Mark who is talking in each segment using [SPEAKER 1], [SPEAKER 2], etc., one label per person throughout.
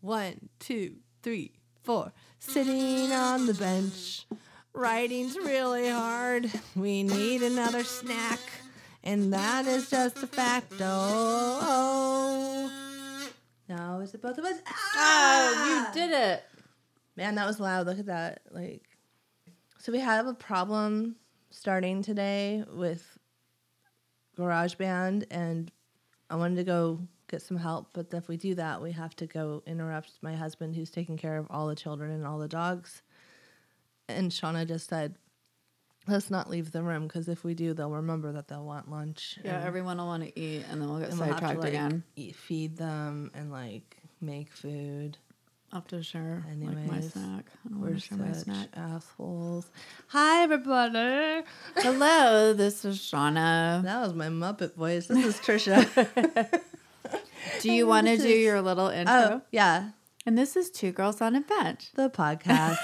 [SPEAKER 1] One, two, three, four. Sitting on the bench. Writing's really hard. We need another snack. And that is just a oh, facto. Now is it both of us? Ah!
[SPEAKER 2] Oh, you did it.
[SPEAKER 1] Man, that was loud. Look at that. Like, so we have a problem starting today with GarageBand, and I wanted to go get some help. But if we do that, we have to go interrupt my husband, who's taking care of all the children and all the dogs. And Shauna just said, "Let's not leave the room because if we do, they'll remember that they'll want lunch."
[SPEAKER 2] Yeah,
[SPEAKER 1] and-
[SPEAKER 2] everyone will want to eat, and then we'll get
[SPEAKER 1] and we'll have to,
[SPEAKER 2] sidetracked
[SPEAKER 1] like,
[SPEAKER 2] again.
[SPEAKER 1] eat- feed them and like make food.
[SPEAKER 2] I'll have to share like my
[SPEAKER 1] Anyways,
[SPEAKER 2] snack. Oh, I don't
[SPEAKER 1] We're
[SPEAKER 2] want to share my
[SPEAKER 1] such
[SPEAKER 2] snack.
[SPEAKER 1] assholes. Hi, everybody.
[SPEAKER 2] Hello, this is Shauna.
[SPEAKER 1] That was my Muppet voice. This is Trisha.
[SPEAKER 2] Do you want to do your little intro?
[SPEAKER 1] oh, yeah.
[SPEAKER 2] And this is Two Girls on a Bench.
[SPEAKER 1] The podcast.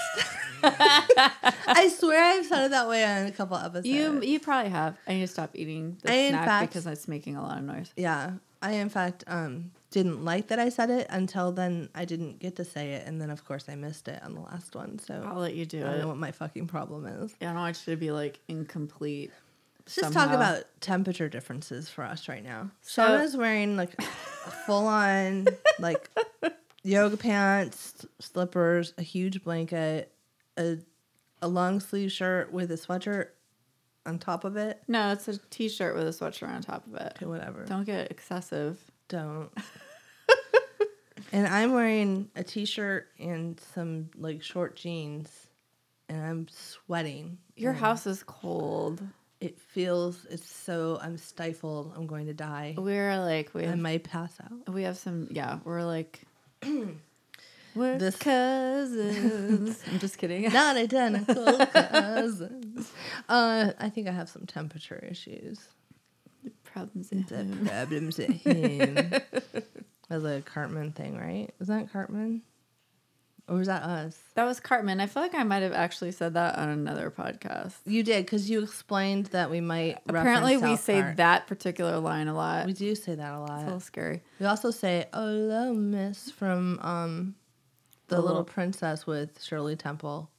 [SPEAKER 1] I swear I've said it that way on a couple episodes.
[SPEAKER 2] You you probably have. I need to stop eating the
[SPEAKER 1] I, in
[SPEAKER 2] snack
[SPEAKER 1] fact-
[SPEAKER 2] because it's making a lot of noise.
[SPEAKER 1] yeah. I, in fact, um, didn't like that I said it until then I didn't get to say it. And then, of course, I missed it on the last one. So
[SPEAKER 2] I'll let you do
[SPEAKER 1] I don't know
[SPEAKER 2] it.
[SPEAKER 1] what my fucking problem is.
[SPEAKER 2] I don't want you to be like incomplete.
[SPEAKER 1] Just
[SPEAKER 2] somehow.
[SPEAKER 1] talk about temperature differences for us right now.
[SPEAKER 2] So-
[SPEAKER 1] Shauna's wearing like full on like yoga pants, slippers, a huge blanket, a a long sleeve shirt with a sweatshirt on top of it.
[SPEAKER 2] No, it's a t-shirt with a sweatshirt on top of it.
[SPEAKER 1] Okay, whatever.
[SPEAKER 2] Don't get excessive.
[SPEAKER 1] Don't. and I'm wearing a t-shirt and some like short jeans, and I'm sweating.
[SPEAKER 2] Your house is cold.
[SPEAKER 1] It feels it's so I'm stifled. I'm going to die.
[SPEAKER 2] We're like we
[SPEAKER 1] I
[SPEAKER 2] have,
[SPEAKER 1] might pass out.
[SPEAKER 2] we have some yeah, we're like we're
[SPEAKER 1] This-
[SPEAKER 2] cousins. I'm just kidding.
[SPEAKER 1] not identical cousins. Uh, I think I have some temperature issues.
[SPEAKER 2] Problems
[SPEAKER 1] The problems at him. That's a Cartman thing, right? Is that Cartman? Or was that us?
[SPEAKER 2] That was Cartman. I feel like I might have actually said that on another podcast.
[SPEAKER 1] You did because you explained that we might.
[SPEAKER 2] Apparently, we
[SPEAKER 1] reference South
[SPEAKER 2] say
[SPEAKER 1] Park.
[SPEAKER 2] that particular line a lot.
[SPEAKER 1] We
[SPEAKER 2] It's
[SPEAKER 1] do say that a
[SPEAKER 2] a
[SPEAKER 1] lot.
[SPEAKER 2] little scary.
[SPEAKER 1] We also say "Oh, hello, Miss" from um, the
[SPEAKER 2] The
[SPEAKER 1] Little,
[SPEAKER 2] Little-
[SPEAKER 1] Princess with Shirley Temple.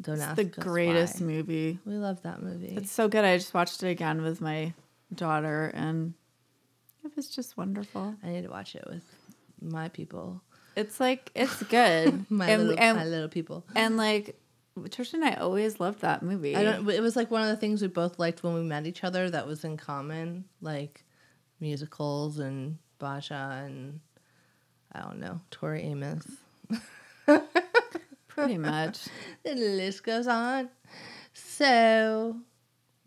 [SPEAKER 1] Don't
[SPEAKER 2] It's
[SPEAKER 1] ask
[SPEAKER 2] the
[SPEAKER 1] us why.
[SPEAKER 2] greatest movie.
[SPEAKER 1] We love that movie.
[SPEAKER 2] It's so good. I just watched it again with my daughter, and it was just wonderful.
[SPEAKER 1] I need to watch it with my people.
[SPEAKER 2] It's like it's good,
[SPEAKER 1] My
[SPEAKER 2] and,
[SPEAKER 1] little,
[SPEAKER 2] and,
[SPEAKER 1] my little people.
[SPEAKER 2] and like Trisha and I always loved that movie.
[SPEAKER 1] I don't. It was like one of the things we both liked when we met each other that was in common, like musicals and Basha and I don't know Tori Amos.
[SPEAKER 2] pretty much.
[SPEAKER 1] The list goes on. So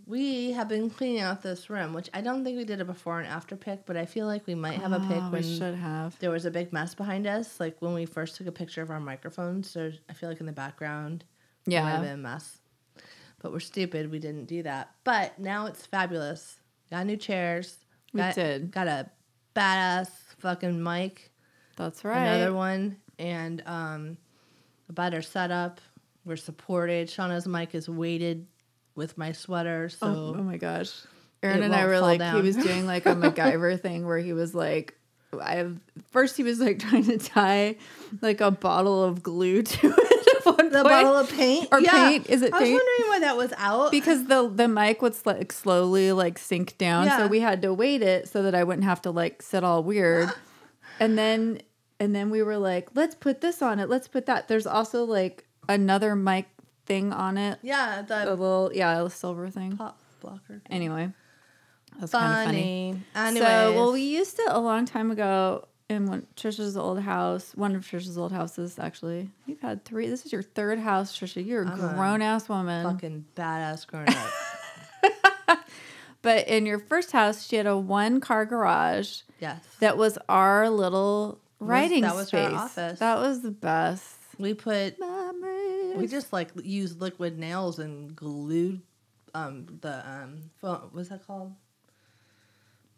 [SPEAKER 1] we have been cleaning out this room, which I don't think we did a before and after pick, but I feel like Ah, we might have a pick
[SPEAKER 2] Oh,
[SPEAKER 1] when
[SPEAKER 2] we should have.
[SPEAKER 1] there was a big mess behind us, like when we first took a picture of our microphones. So I feel like in the background It might have
[SPEAKER 2] Yeah,
[SPEAKER 1] been a mess. But we're stupid. We didn't do that. But now it's fabulous. Got new chairs.
[SPEAKER 2] We
[SPEAKER 1] got,
[SPEAKER 2] did.
[SPEAKER 1] Got a badass fucking mic.
[SPEAKER 2] that's right.
[SPEAKER 1] Another one. And um, a better setup. We're supported. Shauna's mic is weighted with my sweater. So
[SPEAKER 2] Oh, oh my gosh. Aaron and I
[SPEAKER 1] won't
[SPEAKER 2] were
[SPEAKER 1] fall
[SPEAKER 2] like, he
[SPEAKER 1] down.
[SPEAKER 2] was doing like a MacGyver thing where he was like, I have first he was like trying to tie like a bottle of glue to it. At one
[SPEAKER 1] the
[SPEAKER 2] point.
[SPEAKER 1] bottle of paint.
[SPEAKER 2] Or paint. Is it
[SPEAKER 1] I was
[SPEAKER 2] paint?
[SPEAKER 1] wondering why that was out.
[SPEAKER 2] because the the mic would sl- like slowly like sink down,
[SPEAKER 1] Yeah.
[SPEAKER 2] so we had to wait it so that I wouldn't have to like sit all weird. and then and then we were like, let's put this on it. Let's put that. There's also like another mic thing on it.
[SPEAKER 1] yeah,
[SPEAKER 2] A
[SPEAKER 1] the
[SPEAKER 2] little yeah, a silver thing.
[SPEAKER 1] pop blocker.
[SPEAKER 2] Anyway, that's kind of funny.
[SPEAKER 1] Funny. Anyway,
[SPEAKER 2] So, well, we used it a long time ago in one, Trisha's old house. One of Trisha's old houses, actually. You've had three. This is your third house, Trisha. You're a
[SPEAKER 1] I'm a
[SPEAKER 2] grown ass woman.
[SPEAKER 1] fucking badass grown up.
[SPEAKER 2] But in your first house, she had a one car garage
[SPEAKER 1] yes.
[SPEAKER 2] that was our little writing
[SPEAKER 1] that was her
[SPEAKER 2] space.
[SPEAKER 1] office.
[SPEAKER 2] That was the best.
[SPEAKER 1] We put
[SPEAKER 2] Memories.
[SPEAKER 1] we just like used liquid nails and glued um the um foam what's that called?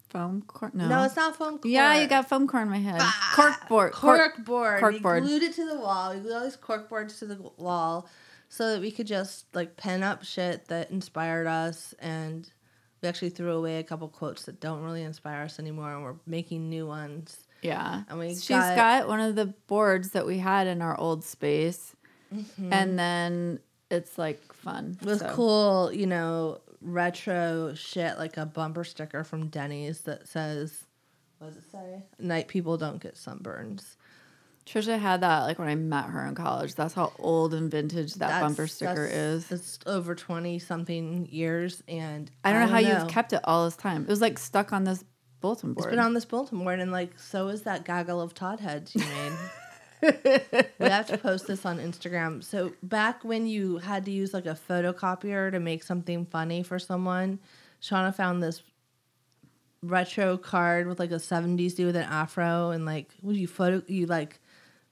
[SPEAKER 2] foam corn.
[SPEAKER 1] No,
[SPEAKER 2] No.
[SPEAKER 1] it's not foam cork.
[SPEAKER 2] yeah, you got foam corn in my head. cork board.
[SPEAKER 1] cork, board.
[SPEAKER 2] cork
[SPEAKER 1] we
[SPEAKER 2] board.
[SPEAKER 1] glued it to the wall. We glued all these cork boards to the wall so that we could just like pen up shit that inspired us and we actually threw away a couple quotes that don't really inspire us anymore and we're making new ones.
[SPEAKER 2] Yeah.
[SPEAKER 1] And we
[SPEAKER 2] she's
[SPEAKER 1] got-
[SPEAKER 2] got, one of the boards that we had in our old space. And then it's like fun.
[SPEAKER 1] with
[SPEAKER 2] so.
[SPEAKER 1] Mm-hmm. cool, you know, retro shit like a bumper sticker from Denny's that says, "What does it say? Night people don't get sunburns."
[SPEAKER 2] Trisha had that like when I met her in college. That's how old and vintage that
[SPEAKER 1] That's-
[SPEAKER 2] bumper sticker
[SPEAKER 1] that's-
[SPEAKER 2] is.
[SPEAKER 1] It's over twenty something years, and
[SPEAKER 2] I don't know how you've kept it all this time. It was like stuck on this bulletin board.
[SPEAKER 1] It's been on this bulletin board, and like, so is that gaggle of Todd heads you made. we have to post this on Instagram. So back when you had to use like a photocopier to make something funny for someone, Shauna found this retro card with like a '70s dude with an afro, and like, would you photo? You like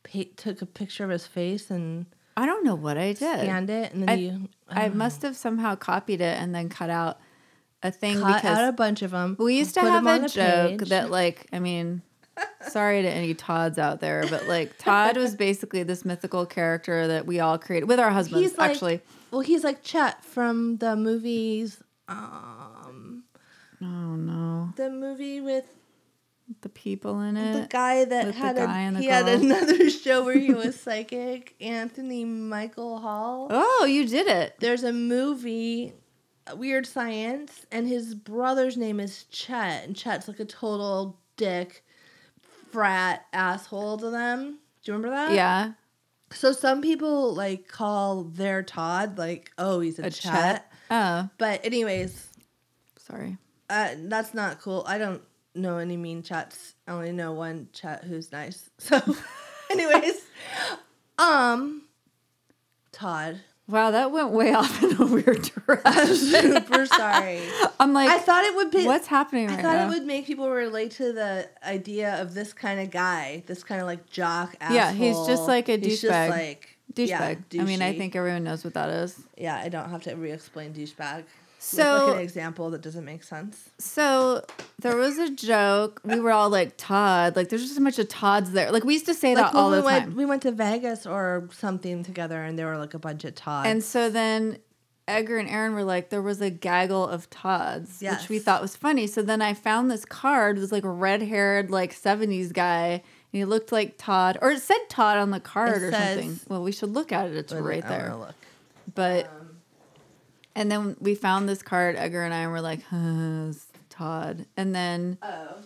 [SPEAKER 1] pa took a picture of his face and
[SPEAKER 2] I don't know what I did.
[SPEAKER 1] scanned it, and then
[SPEAKER 2] I-
[SPEAKER 1] you
[SPEAKER 2] I must have somehow copied it and then cut out a thing
[SPEAKER 1] cut
[SPEAKER 2] because
[SPEAKER 1] out a bunch of them.
[SPEAKER 2] we used to
[SPEAKER 1] put
[SPEAKER 2] have
[SPEAKER 1] 'em on
[SPEAKER 2] a joke
[SPEAKER 1] page.
[SPEAKER 2] that like I mean, sorry to any Todds out there, but like Todd was basically this mythical character that we all created with our husbands
[SPEAKER 1] he's like,
[SPEAKER 2] actually.
[SPEAKER 1] well, he's like Chet from the movies. Um,
[SPEAKER 2] Oh no,
[SPEAKER 1] the movie with
[SPEAKER 2] the people in
[SPEAKER 1] the
[SPEAKER 2] it.
[SPEAKER 1] guy that
[SPEAKER 2] Uh, With the
[SPEAKER 1] had
[SPEAKER 2] guy
[SPEAKER 1] a,
[SPEAKER 2] and the
[SPEAKER 1] he had
[SPEAKER 2] girl.
[SPEAKER 1] another show where he was psychic. Anthony Michael Hall.
[SPEAKER 2] oh, you did it.
[SPEAKER 1] There's a movie, Weird Science, and his brother's name is Chet, and Chet's like a total dick, frat asshole to them. Do you remember that?
[SPEAKER 2] Yeah.
[SPEAKER 1] So some people like call their Todd like, oh, he's a,
[SPEAKER 2] A
[SPEAKER 1] Chet.
[SPEAKER 2] Chet. Oh,
[SPEAKER 1] But anyways,
[SPEAKER 2] sorry.
[SPEAKER 1] Uh, that's not cool. I don't know any mean chats. I only know one chat who's nice. So, anyways, um, Todd,
[SPEAKER 2] Wow, that went way off in a weird direction.
[SPEAKER 1] super sorry.
[SPEAKER 2] I'm like,
[SPEAKER 1] I thought it would be.
[SPEAKER 2] what's happening right
[SPEAKER 1] I thought
[SPEAKER 2] now?
[SPEAKER 1] it would make people relate to the idea of this kind of guy, this kind of like jock asshole.
[SPEAKER 2] Yeah, he's just like a
[SPEAKER 1] He's just
[SPEAKER 2] douchebag.
[SPEAKER 1] like
[SPEAKER 2] douchebag.
[SPEAKER 1] yeah,
[SPEAKER 2] I mean, I
[SPEAKER 1] douchey.
[SPEAKER 2] think everyone knows what that is.
[SPEAKER 1] Yeah, I don't have to re-explain douchebag. So
[SPEAKER 2] So-
[SPEAKER 1] an example that doesn't make sense.
[SPEAKER 2] So there was a joke. We were all like Todd. Like there's just a bunch of Todds there. Like we used to say
[SPEAKER 1] Like
[SPEAKER 2] that
[SPEAKER 1] when
[SPEAKER 2] all
[SPEAKER 1] we
[SPEAKER 2] the
[SPEAKER 1] went,
[SPEAKER 2] time.
[SPEAKER 1] we went to Vegas or something together, and there were like a bunch of Todd.
[SPEAKER 2] and so then Edgar and Aaron were like, there was a gaggle of Todds,
[SPEAKER 1] Yes.
[SPEAKER 2] which we thought was funny. So then I found this card. It was like a red haired like '70s guy, and he looked like Todd, or it said Todd on the card
[SPEAKER 1] It
[SPEAKER 2] or
[SPEAKER 1] says-
[SPEAKER 2] something. Well, we should look at it. It's
[SPEAKER 1] Wait a minute,
[SPEAKER 2] right
[SPEAKER 1] I wanna
[SPEAKER 2] there.
[SPEAKER 1] Look.
[SPEAKER 2] But
[SPEAKER 1] Um,
[SPEAKER 2] and then we found this card. Edgar and I were like, huh, it's Todd. And then
[SPEAKER 1] Oh.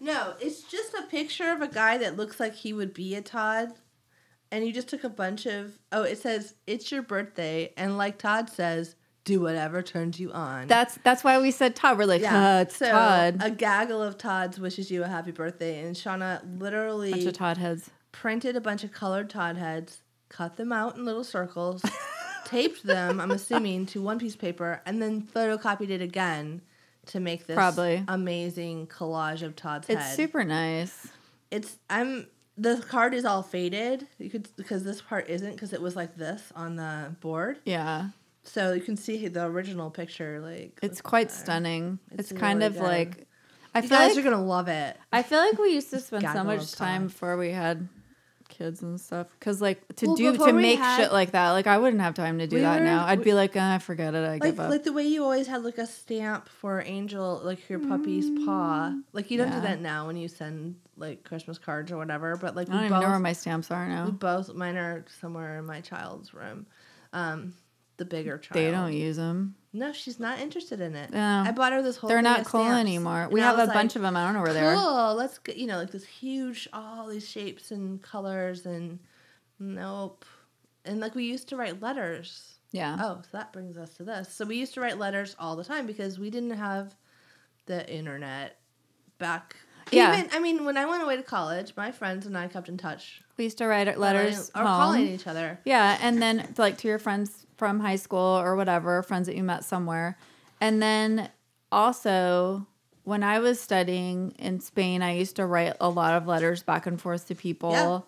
[SPEAKER 1] No, it's just a picture of a guy that looks like he would be a Todd. And you just took a bunch of. Oh, it says, it's your birthday. And like Todd says, do whatever turns you on.
[SPEAKER 2] that's that's why we said Todd. We're like, huh, it's
[SPEAKER 1] so
[SPEAKER 2] Todd.
[SPEAKER 1] a gaggle of Todds wishes you a happy birthday. And Shauna
[SPEAKER 2] bunch
[SPEAKER 1] literally
[SPEAKER 2] of Todd heads.
[SPEAKER 1] printed a bunch of colored Todd heads, cut them out in little circles, taped them, I'm assuming, to one piece paper, and then photocopied it again to make this
[SPEAKER 2] Probably.
[SPEAKER 1] amazing collage of Todd's
[SPEAKER 2] It's
[SPEAKER 1] head.
[SPEAKER 2] super nice.
[SPEAKER 1] it's I'm the card is all faded. You could because this part isn't because it was like this on the board,
[SPEAKER 2] Yeah,
[SPEAKER 1] so you can see the original picture. Like
[SPEAKER 2] it's quite stunning.
[SPEAKER 1] It's
[SPEAKER 2] It's, kind
[SPEAKER 1] really
[SPEAKER 2] of
[SPEAKER 1] good.
[SPEAKER 2] like I
[SPEAKER 1] you
[SPEAKER 2] feel
[SPEAKER 1] guys
[SPEAKER 2] like
[SPEAKER 1] are gonna love it.
[SPEAKER 2] I feel like we used to spend
[SPEAKER 1] Gaggle
[SPEAKER 2] so
[SPEAKER 1] of
[SPEAKER 2] much
[SPEAKER 1] Todd.
[SPEAKER 2] time before we had kids and stuff because like to
[SPEAKER 1] Well,
[SPEAKER 2] do
[SPEAKER 1] before
[SPEAKER 2] to
[SPEAKER 1] we
[SPEAKER 2] make
[SPEAKER 1] had-
[SPEAKER 2] shit like that like i wouldn't have time to do
[SPEAKER 1] We
[SPEAKER 2] that
[SPEAKER 1] were-
[SPEAKER 2] now i'd
[SPEAKER 1] we-
[SPEAKER 2] be like uh, forget it i
[SPEAKER 1] Like
[SPEAKER 2] give up
[SPEAKER 1] like the way you always had like a stamp for angel like your puppy's paw. Like you don't do
[SPEAKER 2] Mm, Yeah.
[SPEAKER 1] that now when you send like Christmas cards or whatever. But like
[SPEAKER 2] i don't
[SPEAKER 1] we
[SPEAKER 2] even know where
[SPEAKER 1] both,
[SPEAKER 2] my stamps are
[SPEAKER 1] we
[SPEAKER 2] now
[SPEAKER 1] both mine are somewhere in my child's room. Um, the bigger child.
[SPEAKER 2] they don't use them
[SPEAKER 1] No, she's not interested in it.
[SPEAKER 2] No.
[SPEAKER 1] I bought her this whole.
[SPEAKER 2] they're
[SPEAKER 1] thing
[SPEAKER 2] not
[SPEAKER 1] of
[SPEAKER 2] cool
[SPEAKER 1] stamps.
[SPEAKER 2] anymore
[SPEAKER 1] And
[SPEAKER 2] we
[SPEAKER 1] I
[SPEAKER 2] have a
[SPEAKER 1] was like,
[SPEAKER 2] bunch of them i don't know where they are
[SPEAKER 1] Cool. Let's get you know like this huge, all these shapes and colors and nope. And like we used to write letters.
[SPEAKER 2] yeah
[SPEAKER 1] Oh, so that brings us to this. So we used to write letters all the time because we didn't have the internet back.
[SPEAKER 2] Yeah.
[SPEAKER 1] Even I mean, when I went away to college, my friends and I kept in touch.
[SPEAKER 2] we used to write letters
[SPEAKER 1] or
[SPEAKER 2] home.
[SPEAKER 1] calling each other.
[SPEAKER 2] Yeah, and then like to your friends from high school or whatever, friends that you met somewhere. And then also when I was studying in Spain, I used to write a lot of letters back and forth to people.
[SPEAKER 1] Yeah.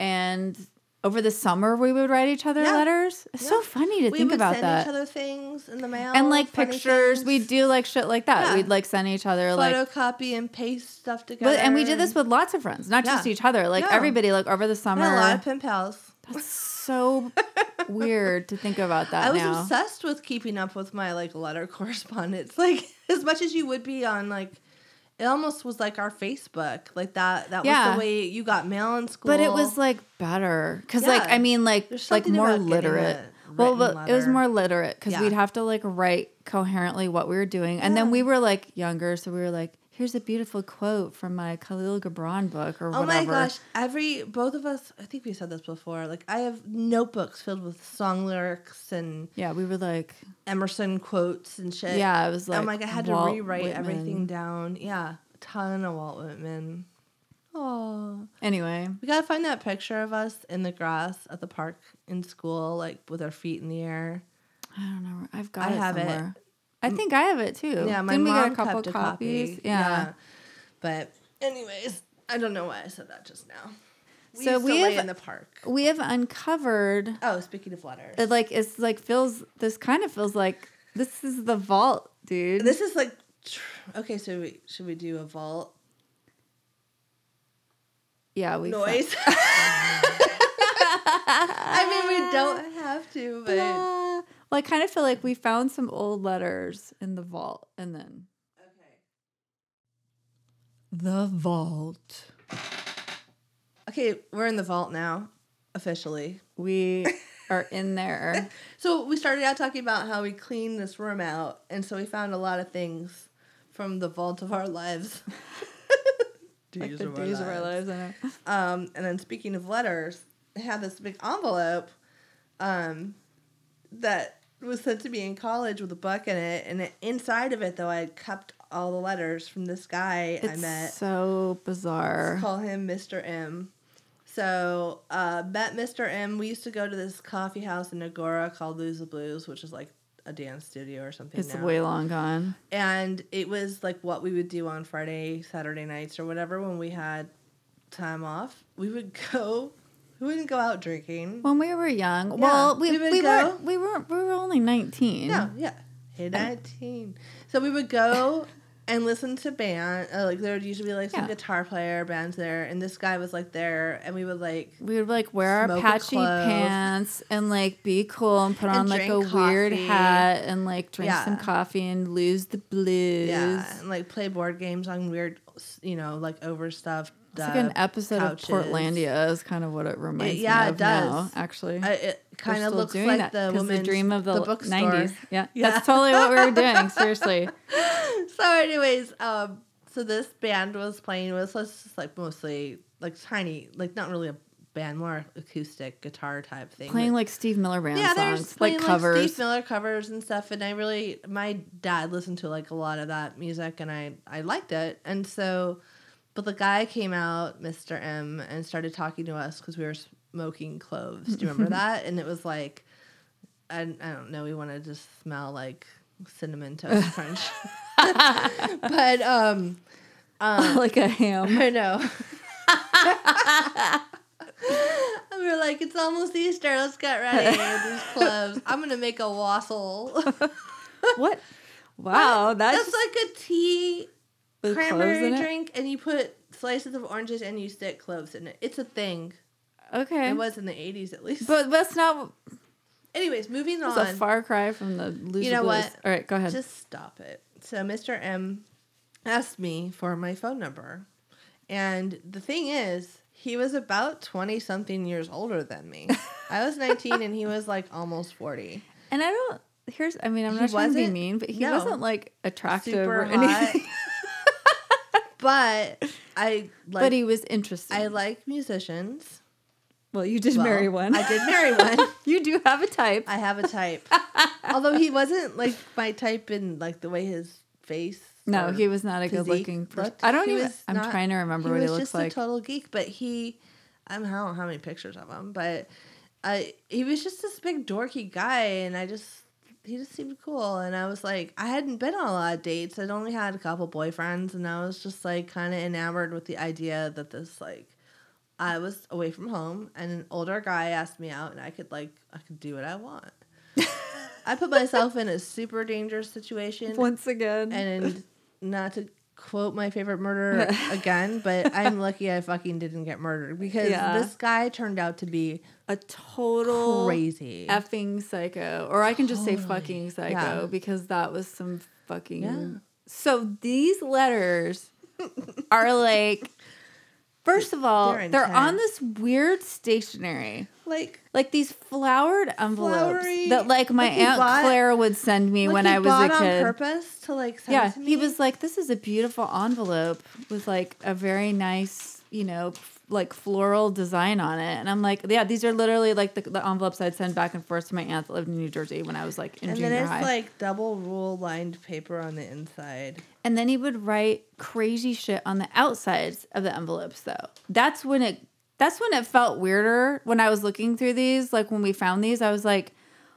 [SPEAKER 2] And over the summer we would write each other
[SPEAKER 1] Yeah.
[SPEAKER 2] letters. It's so
[SPEAKER 1] Yeah.
[SPEAKER 2] funny to
[SPEAKER 1] we
[SPEAKER 2] think
[SPEAKER 1] would
[SPEAKER 2] about
[SPEAKER 1] send
[SPEAKER 2] that.
[SPEAKER 1] each other things in the mail
[SPEAKER 2] and like
[SPEAKER 1] funny
[SPEAKER 2] pictures,
[SPEAKER 1] things.
[SPEAKER 2] we'd do like shit like that.
[SPEAKER 1] Yeah.
[SPEAKER 2] We'd like send each other like
[SPEAKER 1] photocopy and paste stuff together.
[SPEAKER 2] but, and we did this with lots of friends, not just
[SPEAKER 1] Yeah.
[SPEAKER 2] each other, like
[SPEAKER 1] No.
[SPEAKER 2] everybody, like over the summer.
[SPEAKER 1] Had a lot of pen pals.
[SPEAKER 2] That's so weird to think about that
[SPEAKER 1] I was
[SPEAKER 2] now.
[SPEAKER 1] obsessed with keeping up with my like letter correspondence, like as much as you would be on like it almost was like our Facebook. Like that that was
[SPEAKER 2] Yeah.
[SPEAKER 1] the way you got mail in school.
[SPEAKER 2] But it was like better because, like,
[SPEAKER 1] Yeah.
[SPEAKER 2] I mean, like,
[SPEAKER 1] There's
[SPEAKER 2] like
[SPEAKER 1] something
[SPEAKER 2] more
[SPEAKER 1] about getting
[SPEAKER 2] literate.
[SPEAKER 1] a
[SPEAKER 2] Well,
[SPEAKER 1] written
[SPEAKER 2] but it was
[SPEAKER 1] letter.
[SPEAKER 2] more literate because
[SPEAKER 1] Yeah.
[SPEAKER 2] we'd have to like write coherently what we were doing, and then
[SPEAKER 1] Yeah.
[SPEAKER 2] we were like younger, so we were like, "Here's a beautiful quote from my Khalil Gibran book or
[SPEAKER 1] Oh
[SPEAKER 2] whatever."
[SPEAKER 1] my gosh, every both of us, I think we said this before. Like I have notebooks filled with song lyrics and
[SPEAKER 2] Yeah, we were like,
[SPEAKER 1] Emerson quotes and shit.
[SPEAKER 2] yeah, it was like.
[SPEAKER 1] I'm like I had to
[SPEAKER 2] Walt
[SPEAKER 1] rewrite
[SPEAKER 2] Whitman.
[SPEAKER 1] everything down. Yeah, a ton of Walt Whitman. Oh,
[SPEAKER 2] Anyway,
[SPEAKER 1] we gotta find that picture of us in the grass at the park in school, like with our feet in the air.
[SPEAKER 2] I don't know. I've got
[SPEAKER 1] I
[SPEAKER 2] it
[SPEAKER 1] have it.
[SPEAKER 2] somewhere. I think I have it too.
[SPEAKER 1] Yeah, my
[SPEAKER 2] Didn't
[SPEAKER 1] mom
[SPEAKER 2] we get a couple
[SPEAKER 1] kept a
[SPEAKER 2] copies?
[SPEAKER 1] copy.
[SPEAKER 2] Yeah.
[SPEAKER 1] but anyways, I don't know why I said that just now. We
[SPEAKER 2] So
[SPEAKER 1] used
[SPEAKER 2] we
[SPEAKER 1] to lay
[SPEAKER 2] have-
[SPEAKER 1] in the park.
[SPEAKER 2] We have uncovered
[SPEAKER 1] Oh, speaking of letters,
[SPEAKER 2] it like it's like feels this kind of feels like this is the vault, dude.
[SPEAKER 1] This is like tr- okay. So we, should we do a vault
[SPEAKER 2] yeah, we
[SPEAKER 1] noise? I mean, we don't have to, but okay.
[SPEAKER 2] Well, I kind of feel Ah, like we found some old letters in the vault and then the vault.
[SPEAKER 1] Okay, we're in the vault now, officially.
[SPEAKER 2] We are in there.
[SPEAKER 1] So we started out talking about how we cleaned this room out, and so we found a lot of things from the vault of our lives.
[SPEAKER 2] like the days of our lives. I know.
[SPEAKER 1] Um, and then speaking of letters, I had this big envelope um, that was sent to me in college with a book in it, and it- inside of it, though, I had kept all the letters from this guy I
[SPEAKER 2] It's
[SPEAKER 1] met.
[SPEAKER 2] so bizarre.
[SPEAKER 1] Call him Mr. M. So uh, met Mr. M. We used to go to this coffee house in Agora called Lose the Blues, which is like a dance studio or something.
[SPEAKER 2] It's
[SPEAKER 1] now
[SPEAKER 2] way long gone.
[SPEAKER 1] and it was like what we would do on Friday, Saturday nights, or whatever when we had time off. We would go. We wouldn't go out drinking.
[SPEAKER 2] When we were young, well, we,
[SPEAKER 1] we
[SPEAKER 2] we,
[SPEAKER 1] would
[SPEAKER 2] weren't we weren't we were only nineteen.
[SPEAKER 1] No, yeah, hey, nineteen. So we would go and listen to band. Uh, like there would usually be like some
[SPEAKER 2] Yeah.
[SPEAKER 1] guitar player bands there, and this guy was like there, and we would like
[SPEAKER 2] We would like wear
[SPEAKER 1] Smoke a
[SPEAKER 2] our patchy
[SPEAKER 1] clove.
[SPEAKER 2] pants and like be cool and put
[SPEAKER 1] And
[SPEAKER 2] on like a
[SPEAKER 1] drink
[SPEAKER 2] weird
[SPEAKER 1] coffee.
[SPEAKER 2] hat and like drink some
[SPEAKER 1] Yeah.
[SPEAKER 2] coffee and lose the blues.
[SPEAKER 1] yeah, and like play board games on weird, you know, like overstuffed. uh,
[SPEAKER 2] It's like an episode of
[SPEAKER 1] Portland.
[SPEAKER 2] Portlandia is kind of what it reminds
[SPEAKER 1] yeah,
[SPEAKER 2] me
[SPEAKER 1] it
[SPEAKER 2] of now,
[SPEAKER 1] does.
[SPEAKER 2] actually.
[SPEAKER 1] I, it
[SPEAKER 2] We're
[SPEAKER 1] kind of
[SPEAKER 2] still
[SPEAKER 1] looks
[SPEAKER 2] doing
[SPEAKER 1] like
[SPEAKER 2] that
[SPEAKER 1] the
[SPEAKER 2] 'cause
[SPEAKER 1] woman's
[SPEAKER 2] dream of the,
[SPEAKER 1] bookstore.
[SPEAKER 2] 90s. Yeah,
[SPEAKER 1] Yeah.
[SPEAKER 2] that's totally what we were doing. Seriously,
[SPEAKER 1] so anyways um so this band was playing with us just like mostly like tiny like not really a band more acoustic guitar type thing
[SPEAKER 2] playing
[SPEAKER 1] but-
[SPEAKER 2] like Steve Miller Band
[SPEAKER 1] yeah they're
[SPEAKER 2] songs,
[SPEAKER 1] just
[SPEAKER 2] like
[SPEAKER 1] playing like,
[SPEAKER 2] covers.
[SPEAKER 1] Steve Miller covers and stuff and I really my dad listened to like a lot of that music and I I liked it and so but the guy came out Mr. M and started talking to us because we were smoking cloves do you remember that and it was like I, I don't know we wanted to smell like cinnamon toast crunch but um
[SPEAKER 2] like a ham.
[SPEAKER 1] I know. we were like, it's almost Easter. Let's get ready. These cloves. I'm gonna make a wassail.
[SPEAKER 2] what? Wow, that's,
[SPEAKER 1] That's like a tea
[SPEAKER 2] with cloves
[SPEAKER 1] cranberry
[SPEAKER 2] in it?
[SPEAKER 1] drink, and you put slices of oranges and you stick cloves in it. It's a thing.
[SPEAKER 2] Okay,
[SPEAKER 1] It was in the 80s at least.
[SPEAKER 2] but that's not
[SPEAKER 1] Anyways, moving
[SPEAKER 2] It's a
[SPEAKER 1] on.
[SPEAKER 2] far cry from the loser.
[SPEAKER 1] know
[SPEAKER 2] Blues.
[SPEAKER 1] what?
[SPEAKER 2] All right, go ahead.
[SPEAKER 1] Just stop it. So Mr. M asked me for my phone number, and the thing is, he was about twenty something years older than me. I was nineteen, and he was like almost forty.
[SPEAKER 2] and I don't. Here's. I mean, I'm
[SPEAKER 1] He
[SPEAKER 2] not trying to be
[SPEAKER 1] wasn't-
[SPEAKER 2] mean, but he
[SPEAKER 1] no.
[SPEAKER 2] wasn't like attractive or
[SPEAKER 1] Super hot.
[SPEAKER 2] anything.
[SPEAKER 1] But I like.
[SPEAKER 2] but he was interesting.
[SPEAKER 1] I like musicians.
[SPEAKER 2] well, you did
[SPEAKER 1] Well,
[SPEAKER 2] marry one.
[SPEAKER 1] I did marry one.
[SPEAKER 2] you do have a type.
[SPEAKER 1] I have a type. Although he wasn't like my type in like the way his face.
[SPEAKER 2] no,
[SPEAKER 1] or
[SPEAKER 2] he was not a
[SPEAKER 1] physique
[SPEAKER 2] good-looking person.
[SPEAKER 1] looked.
[SPEAKER 2] I don't
[SPEAKER 1] He
[SPEAKER 2] even.
[SPEAKER 1] was
[SPEAKER 2] I'm
[SPEAKER 1] not-
[SPEAKER 2] trying to remember
[SPEAKER 1] he
[SPEAKER 2] what he
[SPEAKER 1] was
[SPEAKER 2] looks
[SPEAKER 1] just
[SPEAKER 2] like.
[SPEAKER 1] a total geek, but he, I don't know how many pictures of him, but I he was just this big dorky guy, and I just he just seemed cool, and I was like, I hadn't been on a lot of dates. I'd only had a couple boyfriends, and I was just like kind of enamored with the idea that this like. I was away from home and an older guy asked me out and I could like I could do what I want. I put myself in a super dangerous situation
[SPEAKER 2] Once again,
[SPEAKER 1] and not to quote my favorite murderer again, but I'm lucky I fucking didn't get murdered because
[SPEAKER 2] Yeah.
[SPEAKER 1] this guy turned out to be
[SPEAKER 2] a total
[SPEAKER 1] crazy.
[SPEAKER 2] effing psycho, or I can just say fucking psycho
[SPEAKER 1] Yeah.
[SPEAKER 2] because that was some fucking.
[SPEAKER 1] Yeah.
[SPEAKER 2] So these letters are like, first of all,
[SPEAKER 1] They're
[SPEAKER 2] they're, on this weird stationery.
[SPEAKER 1] Like
[SPEAKER 2] Like these flowered envelopes
[SPEAKER 1] Flowery,
[SPEAKER 2] that like my
[SPEAKER 1] like he
[SPEAKER 2] Aunt
[SPEAKER 1] bought-
[SPEAKER 2] Claire would send me
[SPEAKER 1] like
[SPEAKER 2] when
[SPEAKER 1] he
[SPEAKER 2] I was
[SPEAKER 1] bought
[SPEAKER 2] a kid.
[SPEAKER 1] on purpose to like send
[SPEAKER 2] Yeah,
[SPEAKER 1] to me.
[SPEAKER 2] he was like, "This is a beautiful envelope with like a very nice, you know, f- like floral design on it." And I'm like, "Yeah, these are literally like the, the envelopes I'd send back and forth to my aunt that lived in New Jersey when I was like in
[SPEAKER 1] and
[SPEAKER 2] junior
[SPEAKER 1] then it's
[SPEAKER 2] high."
[SPEAKER 1] like double rule lined paper on the inside.
[SPEAKER 2] and then he would write crazy shit on the outsides of the envelopes, though. That's when it. That's when it felt weirder when I was looking through these. Like when we found these, I was like,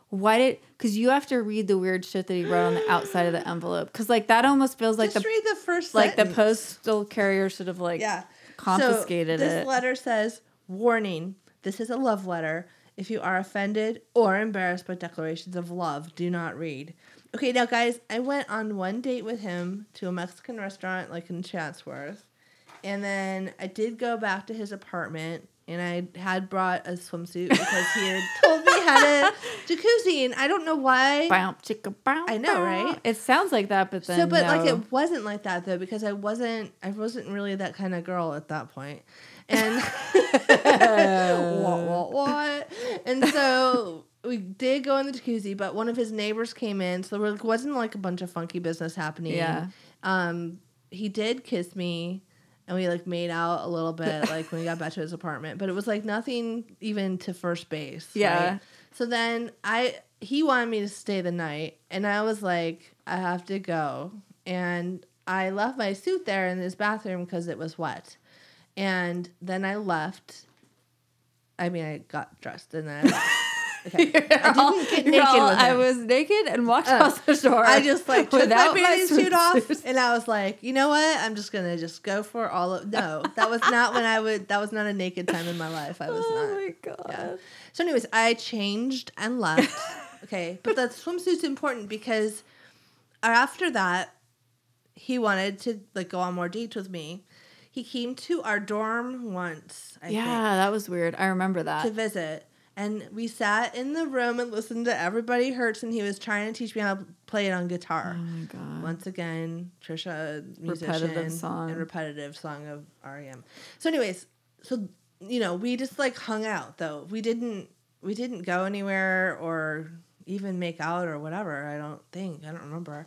[SPEAKER 2] "Why did?" Because you have to read the weird shit that he wrote on the outside of the envelope. Because like that almost feels like
[SPEAKER 1] Just
[SPEAKER 2] the
[SPEAKER 1] read the first
[SPEAKER 2] like the
[SPEAKER 1] sentence.
[SPEAKER 2] postal carrier should have like
[SPEAKER 1] yeah
[SPEAKER 2] confiscated
[SPEAKER 1] so this
[SPEAKER 2] it.
[SPEAKER 1] letter says warning this is a love letter if you are offended or embarrassed by declarations of love do not read okay now guys i went on one date with him to a mexican restaurant like in chatsworth and then i did go back to his apartment and I had brought a swimsuit because he had told me how to jacuzzi, and I don't know why.
[SPEAKER 2] Bow, chicka, bow,
[SPEAKER 1] I know,
[SPEAKER 2] bow.
[SPEAKER 1] right?
[SPEAKER 2] It sounds like that, but then
[SPEAKER 1] So, but like
[SPEAKER 2] no.
[SPEAKER 1] it wasn't like that though, because I wasn't, I wasn't really that kind of girl at that point, and what, what, what? And so we did go in the jacuzzi, but one of his neighbors came in, so there wasn't like a bunch of funky business happening.
[SPEAKER 2] Yeah.
[SPEAKER 1] Um, he did kiss me, and we like made out a little bit, like when we got back to his apartment, but it was like nothing even to first base.
[SPEAKER 2] Yeah.
[SPEAKER 1] right? So then I he wanted me to stay the night and I was like I have to go and I left my suit there in his bathroom cuz it was wet. And then I left I mean I got dressed and then I left. Okay.
[SPEAKER 2] You're all-
[SPEAKER 1] didn't get
[SPEAKER 2] you're
[SPEAKER 1] naked
[SPEAKER 2] all-
[SPEAKER 1] with
[SPEAKER 2] I
[SPEAKER 1] him.
[SPEAKER 2] was naked and walked across the shore.
[SPEAKER 1] I just like took my
[SPEAKER 2] without
[SPEAKER 1] bathing suit off,
[SPEAKER 2] swimsuit.
[SPEAKER 1] and I was like, you know what? I'm just gonna just go for all of. No, that was not when I would. That was not a naked time in my life. I was not.
[SPEAKER 2] Oh my god!
[SPEAKER 1] Yeah. So, anyways, I changed and left. okay, but that swimsuit's important because uh, after that, he wanted to like go on more dates with me. He came to our dorm once, I
[SPEAKER 2] Yeah,
[SPEAKER 1] think,
[SPEAKER 2] that was weird. I remember
[SPEAKER 1] to
[SPEAKER 2] that.
[SPEAKER 1] visit, and we sat in the room and listened to Everybody Hurts, and he was trying to teach me how to play it on guitar.
[SPEAKER 2] Oh my god!
[SPEAKER 1] Once again, Trisha, musician,
[SPEAKER 2] Repetitive song.
[SPEAKER 1] and repetitive song of REM. So, anyways, so you know, we just like hung out though. We didn't, we didn't go anywhere or even make out or whatever. I don't think I don't remember.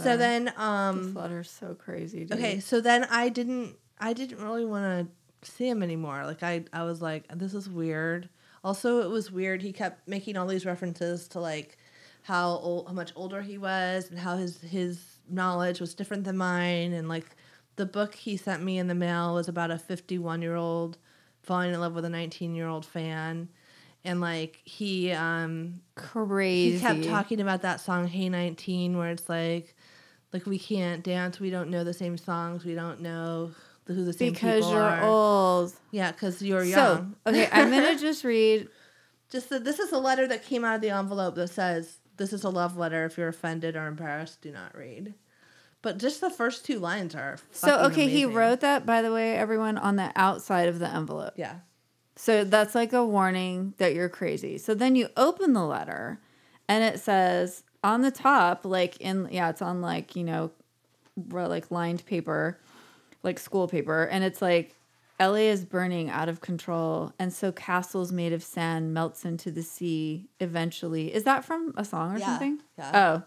[SPEAKER 1] So then,
[SPEAKER 2] this
[SPEAKER 1] um,
[SPEAKER 2] letter's so crazy. Dude.
[SPEAKER 1] okay, so then I didn't, I didn't really want to see him anymore. Like I, I was like, this is weird. Also, it was weird. He kept making all these references to like how old, how much older he was, and how his his knowledge was different than mine, and like the book he sent me in the mail was about a fifty one year old falling in love with a nineteen year old fan, and like he um
[SPEAKER 2] crazy.
[SPEAKER 1] he kept talking about that song hey 19 where it's like like we can't dance we don't know the same songs we don't know the- who the same
[SPEAKER 2] because
[SPEAKER 1] people
[SPEAKER 2] you're
[SPEAKER 1] are.
[SPEAKER 2] old.
[SPEAKER 1] yeah because you're
[SPEAKER 2] So
[SPEAKER 1] young
[SPEAKER 2] okay, I'm gonna just read
[SPEAKER 1] just that this is a letter that came out of the envelope that says this is a love letter if you're offended or embarrassed do not read but just the first two lines are
[SPEAKER 2] So
[SPEAKER 1] fucking
[SPEAKER 2] okay, he
[SPEAKER 1] amazing.
[SPEAKER 2] wrote that by the way, everyone on the outside of the envelope.
[SPEAKER 1] yeah
[SPEAKER 2] So that's like a warning that you're crazy. So then you open the letter and it says on the top like in yeah, it's on like, you know, ro- like lined paper, like school paper and it's like LA is burning out of control and so castles made of sand melts into the sea eventually. Is that from a song or
[SPEAKER 1] Yeah,
[SPEAKER 2] something?
[SPEAKER 1] yeah.
[SPEAKER 2] Oh.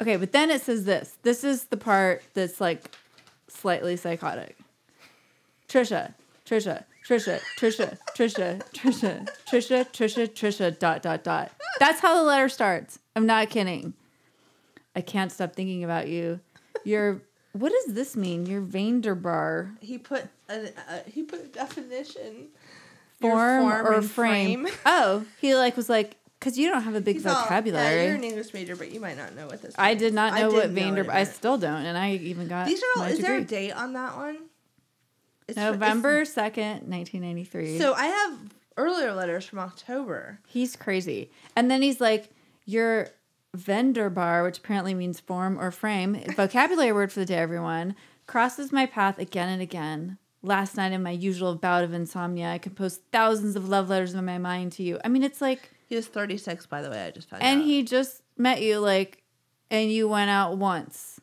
[SPEAKER 2] Okay, but then it says this. This is the part that's like slightly psychotic. Trisha, Trisha, Trisha, Trisha, Trisha, Trisha, Trisha, Trisha, Trisha, dot, dot, dot. That's how the letter starts. I'm not kidding. I can't stop thinking about you. You're, what does this mean? You're Vanderbar.
[SPEAKER 1] he put a, uh, he put a definition Your
[SPEAKER 2] Form, or
[SPEAKER 1] and
[SPEAKER 2] frame. Oh, he like was like, because you don't have a big
[SPEAKER 1] He's all,
[SPEAKER 2] vocabulary.
[SPEAKER 1] yeah, you're an english major but you might not know what this
[SPEAKER 2] I
[SPEAKER 1] means."
[SPEAKER 2] did not know
[SPEAKER 1] did
[SPEAKER 2] what
[SPEAKER 1] it
[SPEAKER 2] Vanderbar, I
[SPEAKER 1] meant.
[SPEAKER 2] still don't. And I even got
[SPEAKER 1] These are all.
[SPEAKER 2] my
[SPEAKER 1] Is there a
[SPEAKER 2] degree.
[SPEAKER 1] date on that one? It's fr- it's-
[SPEAKER 2] November 2nd, 1993.
[SPEAKER 1] So I have earlier letters from October.
[SPEAKER 2] He's crazy. And then he's like, your vendor bar, which apparently means form or frame, vocabulary word for the day, everyone, crosses my path again and again. Last night, in my usual bout of insomnia, I composed thousands of love letters in my mind to you. I mean, it's like,
[SPEAKER 1] He was thirty six, by the way. I just found
[SPEAKER 2] and
[SPEAKER 1] out.
[SPEAKER 2] he just met you, like, and you went out once,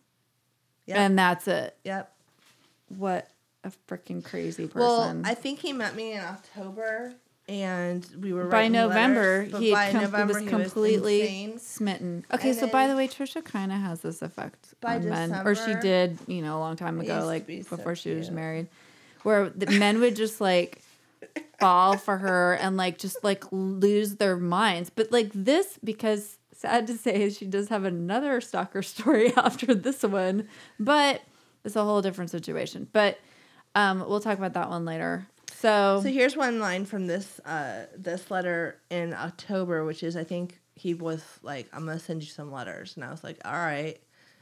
[SPEAKER 1] Yep.
[SPEAKER 2] and that's it.
[SPEAKER 1] Yep.
[SPEAKER 2] What a freaking crazy person.
[SPEAKER 1] Well, I think he met me in October, and we were
[SPEAKER 2] by
[SPEAKER 1] writing
[SPEAKER 2] November,
[SPEAKER 1] letters, but
[SPEAKER 2] he,
[SPEAKER 1] by
[SPEAKER 2] had com- he
[SPEAKER 1] November
[SPEAKER 2] was
[SPEAKER 1] he
[SPEAKER 2] completely
[SPEAKER 1] insane.
[SPEAKER 2] smitten. Okay,
[SPEAKER 1] And
[SPEAKER 2] so by
[SPEAKER 1] then-
[SPEAKER 2] the way, Trisha kind of has this effect
[SPEAKER 1] By
[SPEAKER 2] on men, or she
[SPEAKER 1] December-
[SPEAKER 2] did, you know, a long time ago,
[SPEAKER 1] used to
[SPEAKER 2] like
[SPEAKER 1] be so
[SPEAKER 2] before she was
[SPEAKER 1] cute.
[SPEAKER 2] married, where the men would just like fall for her and like just like lose their minds. But like this, because sad to say, she does have another stalker story after this one, but it's a whole different situation. But um, we'll talk about that one later. So,
[SPEAKER 1] So here's one line from this uh, this letter in October, which is I think he was like, "I'm gonna send you some letters," and I was like, "All right."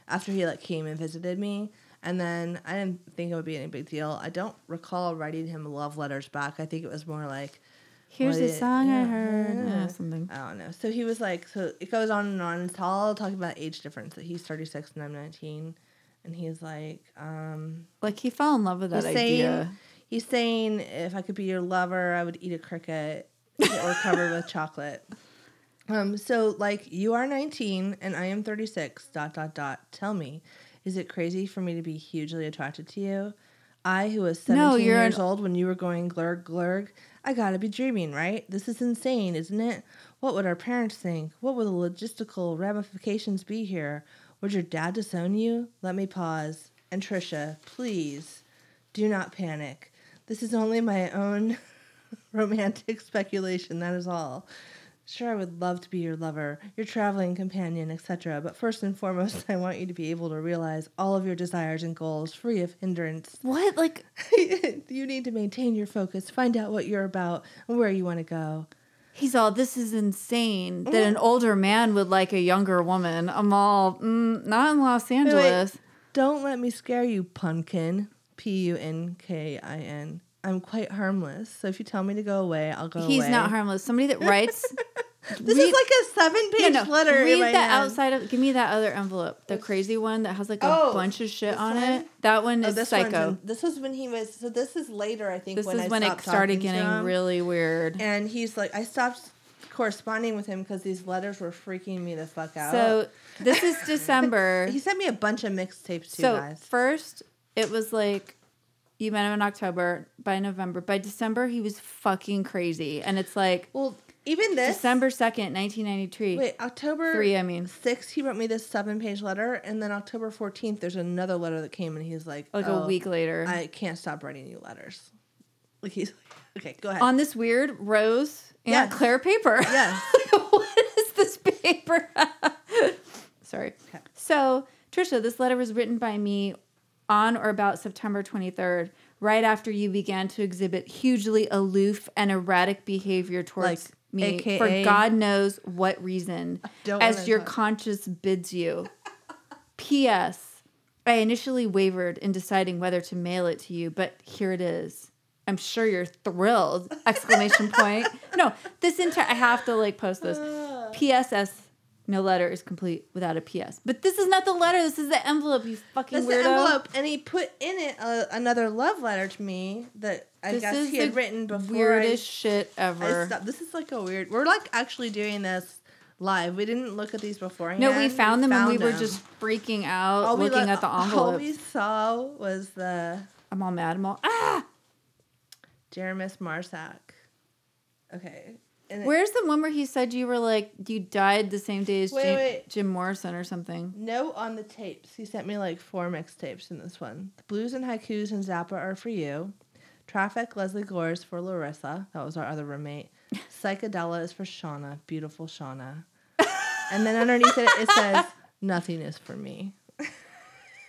[SPEAKER 1] After he like came and visited me, and then I didn't think it would be any big deal. I don't recall writing him love letters back. I think it was more like,
[SPEAKER 2] here's
[SPEAKER 1] what
[SPEAKER 2] a
[SPEAKER 1] it-
[SPEAKER 2] song I
[SPEAKER 1] yeah,
[SPEAKER 2] heard,
[SPEAKER 1] yeah.
[SPEAKER 2] uh, something.
[SPEAKER 1] I don't know. So he was like, so it goes on and on. It's all talking about age difference. That he's 36 and I'm 19. And he's like, um,
[SPEAKER 2] Like he fell in love with that
[SPEAKER 1] he's
[SPEAKER 2] idea.
[SPEAKER 1] saying, he's saying, if I could be your lover, I would eat a cricket or covered with chocolate. Um, so like you are 19 and I am 36. Dot dot dot. Tell me, is it crazy for me to be hugely attracted to you? I, who was 17
[SPEAKER 2] No, you're
[SPEAKER 1] years
[SPEAKER 2] an-
[SPEAKER 1] old when you were going glurg glurg, I gotta be dreaming, right? This is insane, isn't it? What would our parents think? What would the logistical ramifications be here? Would your dad disown you? Let me pause. And Trisha, please, do not panic. This is only my own romantic speculation, that is all. Sure, I would love to be your lover, your traveling companion, etc., but first and foremost, I want you to be able to realize all of your desires and goals free of hindrance.
[SPEAKER 2] What? Like
[SPEAKER 1] you need to maintain your focus, find out what you're about, and where you want to go.
[SPEAKER 2] he's all this is
[SPEAKER 1] Mm.
[SPEAKER 2] insane that an older man would like a younger woman. I'm all mm, not in Los
[SPEAKER 1] Wait, wait.
[SPEAKER 2] Angeles.
[SPEAKER 1] Don't let me scare you, pumpkin. P U N K I N. I'm quite harmless, so if you tell me to go away, I'll go away.
[SPEAKER 2] He's not harmless. Somebody that writes
[SPEAKER 1] This is
[SPEAKER 2] Read-
[SPEAKER 1] like a seven
[SPEAKER 2] no,
[SPEAKER 1] page
[SPEAKER 2] no,
[SPEAKER 1] letter. in
[SPEAKER 2] Read
[SPEAKER 1] my
[SPEAKER 2] the
[SPEAKER 1] hand.
[SPEAKER 2] outside of give me that other envelope, the crazy one that has like a
[SPEAKER 1] Oh,
[SPEAKER 2] bunch of shit
[SPEAKER 1] this
[SPEAKER 2] on
[SPEAKER 1] one?
[SPEAKER 2] it. That one
[SPEAKER 1] Oh,
[SPEAKER 2] is
[SPEAKER 1] this one's
[SPEAKER 2] psycho.
[SPEAKER 1] in- this was when he was. So this is later, I think.
[SPEAKER 2] This
[SPEAKER 1] when
[SPEAKER 2] is
[SPEAKER 1] I
[SPEAKER 2] when it
[SPEAKER 1] stopped
[SPEAKER 2] started
[SPEAKER 1] talking to
[SPEAKER 2] getting
[SPEAKER 1] him.
[SPEAKER 2] really weird.
[SPEAKER 1] And he's like, I stopped corresponding with him because these letters were freaking me the fuck out.
[SPEAKER 2] So this is December.
[SPEAKER 1] he sent me a bunch of mixtapes too,
[SPEAKER 2] so
[SPEAKER 1] guys.
[SPEAKER 2] first it was like you met him in October. By November, by December, he was fucking crazy, and it's like
[SPEAKER 1] Well, even this
[SPEAKER 2] December second, nineteen ninety three.
[SPEAKER 1] Wait, October
[SPEAKER 2] Three, I mean.
[SPEAKER 1] sixth. He wrote me this seven-page letter, and then October fourteenth, there's another letter that came, and he's like,
[SPEAKER 2] like
[SPEAKER 1] "Oh,
[SPEAKER 2] a week later.
[SPEAKER 1] I can't stop writing you letters. Like he's like, okay, go ahead.
[SPEAKER 2] on this weird rose and
[SPEAKER 1] Yes.
[SPEAKER 2] clear paper.
[SPEAKER 1] Yes.
[SPEAKER 2] what is this paper? Sorry.
[SPEAKER 1] Okay.
[SPEAKER 2] So, Trisha, this letter was written by me on or about September 23rd, right after you began to exhibit hugely aloof and erratic behavior towards
[SPEAKER 1] Like,
[SPEAKER 2] me
[SPEAKER 1] AKA
[SPEAKER 2] for God knows what reason,
[SPEAKER 1] don't
[SPEAKER 2] as
[SPEAKER 1] wanna
[SPEAKER 2] your
[SPEAKER 1] talk.
[SPEAKER 2] conscience bids you. P.S. I initially wavered in deciding whether to mail it to you, but here it is. I'm sure you're thrilled! Exclamation point. No, this entire I have to like post this. PSS. No letter is complete without a PS. But this is not the letter. This is the envelope. You fucking
[SPEAKER 1] That's
[SPEAKER 2] weirdo.
[SPEAKER 1] the envelope, and he put in it a, another love letter to me that I
[SPEAKER 2] This
[SPEAKER 1] guess
[SPEAKER 2] is
[SPEAKER 1] he had
[SPEAKER 2] the
[SPEAKER 1] written before.
[SPEAKER 2] Weirdest shit
[SPEAKER 1] I, I
[SPEAKER 2] ever.
[SPEAKER 1] stopped. This is like a weird. We're like actually doing this live. We didn't look at these beforehand.
[SPEAKER 2] No, we found them and we were
[SPEAKER 1] them.
[SPEAKER 2] just freaking out,
[SPEAKER 1] All we
[SPEAKER 2] looking
[SPEAKER 1] lo-
[SPEAKER 2] at the
[SPEAKER 1] All
[SPEAKER 2] envelope.
[SPEAKER 1] we saw was the
[SPEAKER 2] I'm all mad. I'm all ah.
[SPEAKER 1] Jeremis Marsack. Okay. And it-
[SPEAKER 2] Where's the one where he said you were like you died the same day as
[SPEAKER 1] Wait,
[SPEAKER 2] Jim,
[SPEAKER 1] wait.
[SPEAKER 2] Jim Morrison or something?
[SPEAKER 1] No on the tapes. He sent me like four mixtapes in this one. The blues and haikus and Zappa are for you. Traffic, Leslie Gore is for Larissa. That was our other roommate. Psychedella is for Shauna. Beautiful Shauna. and then underneath it, it says, Nothing is for me.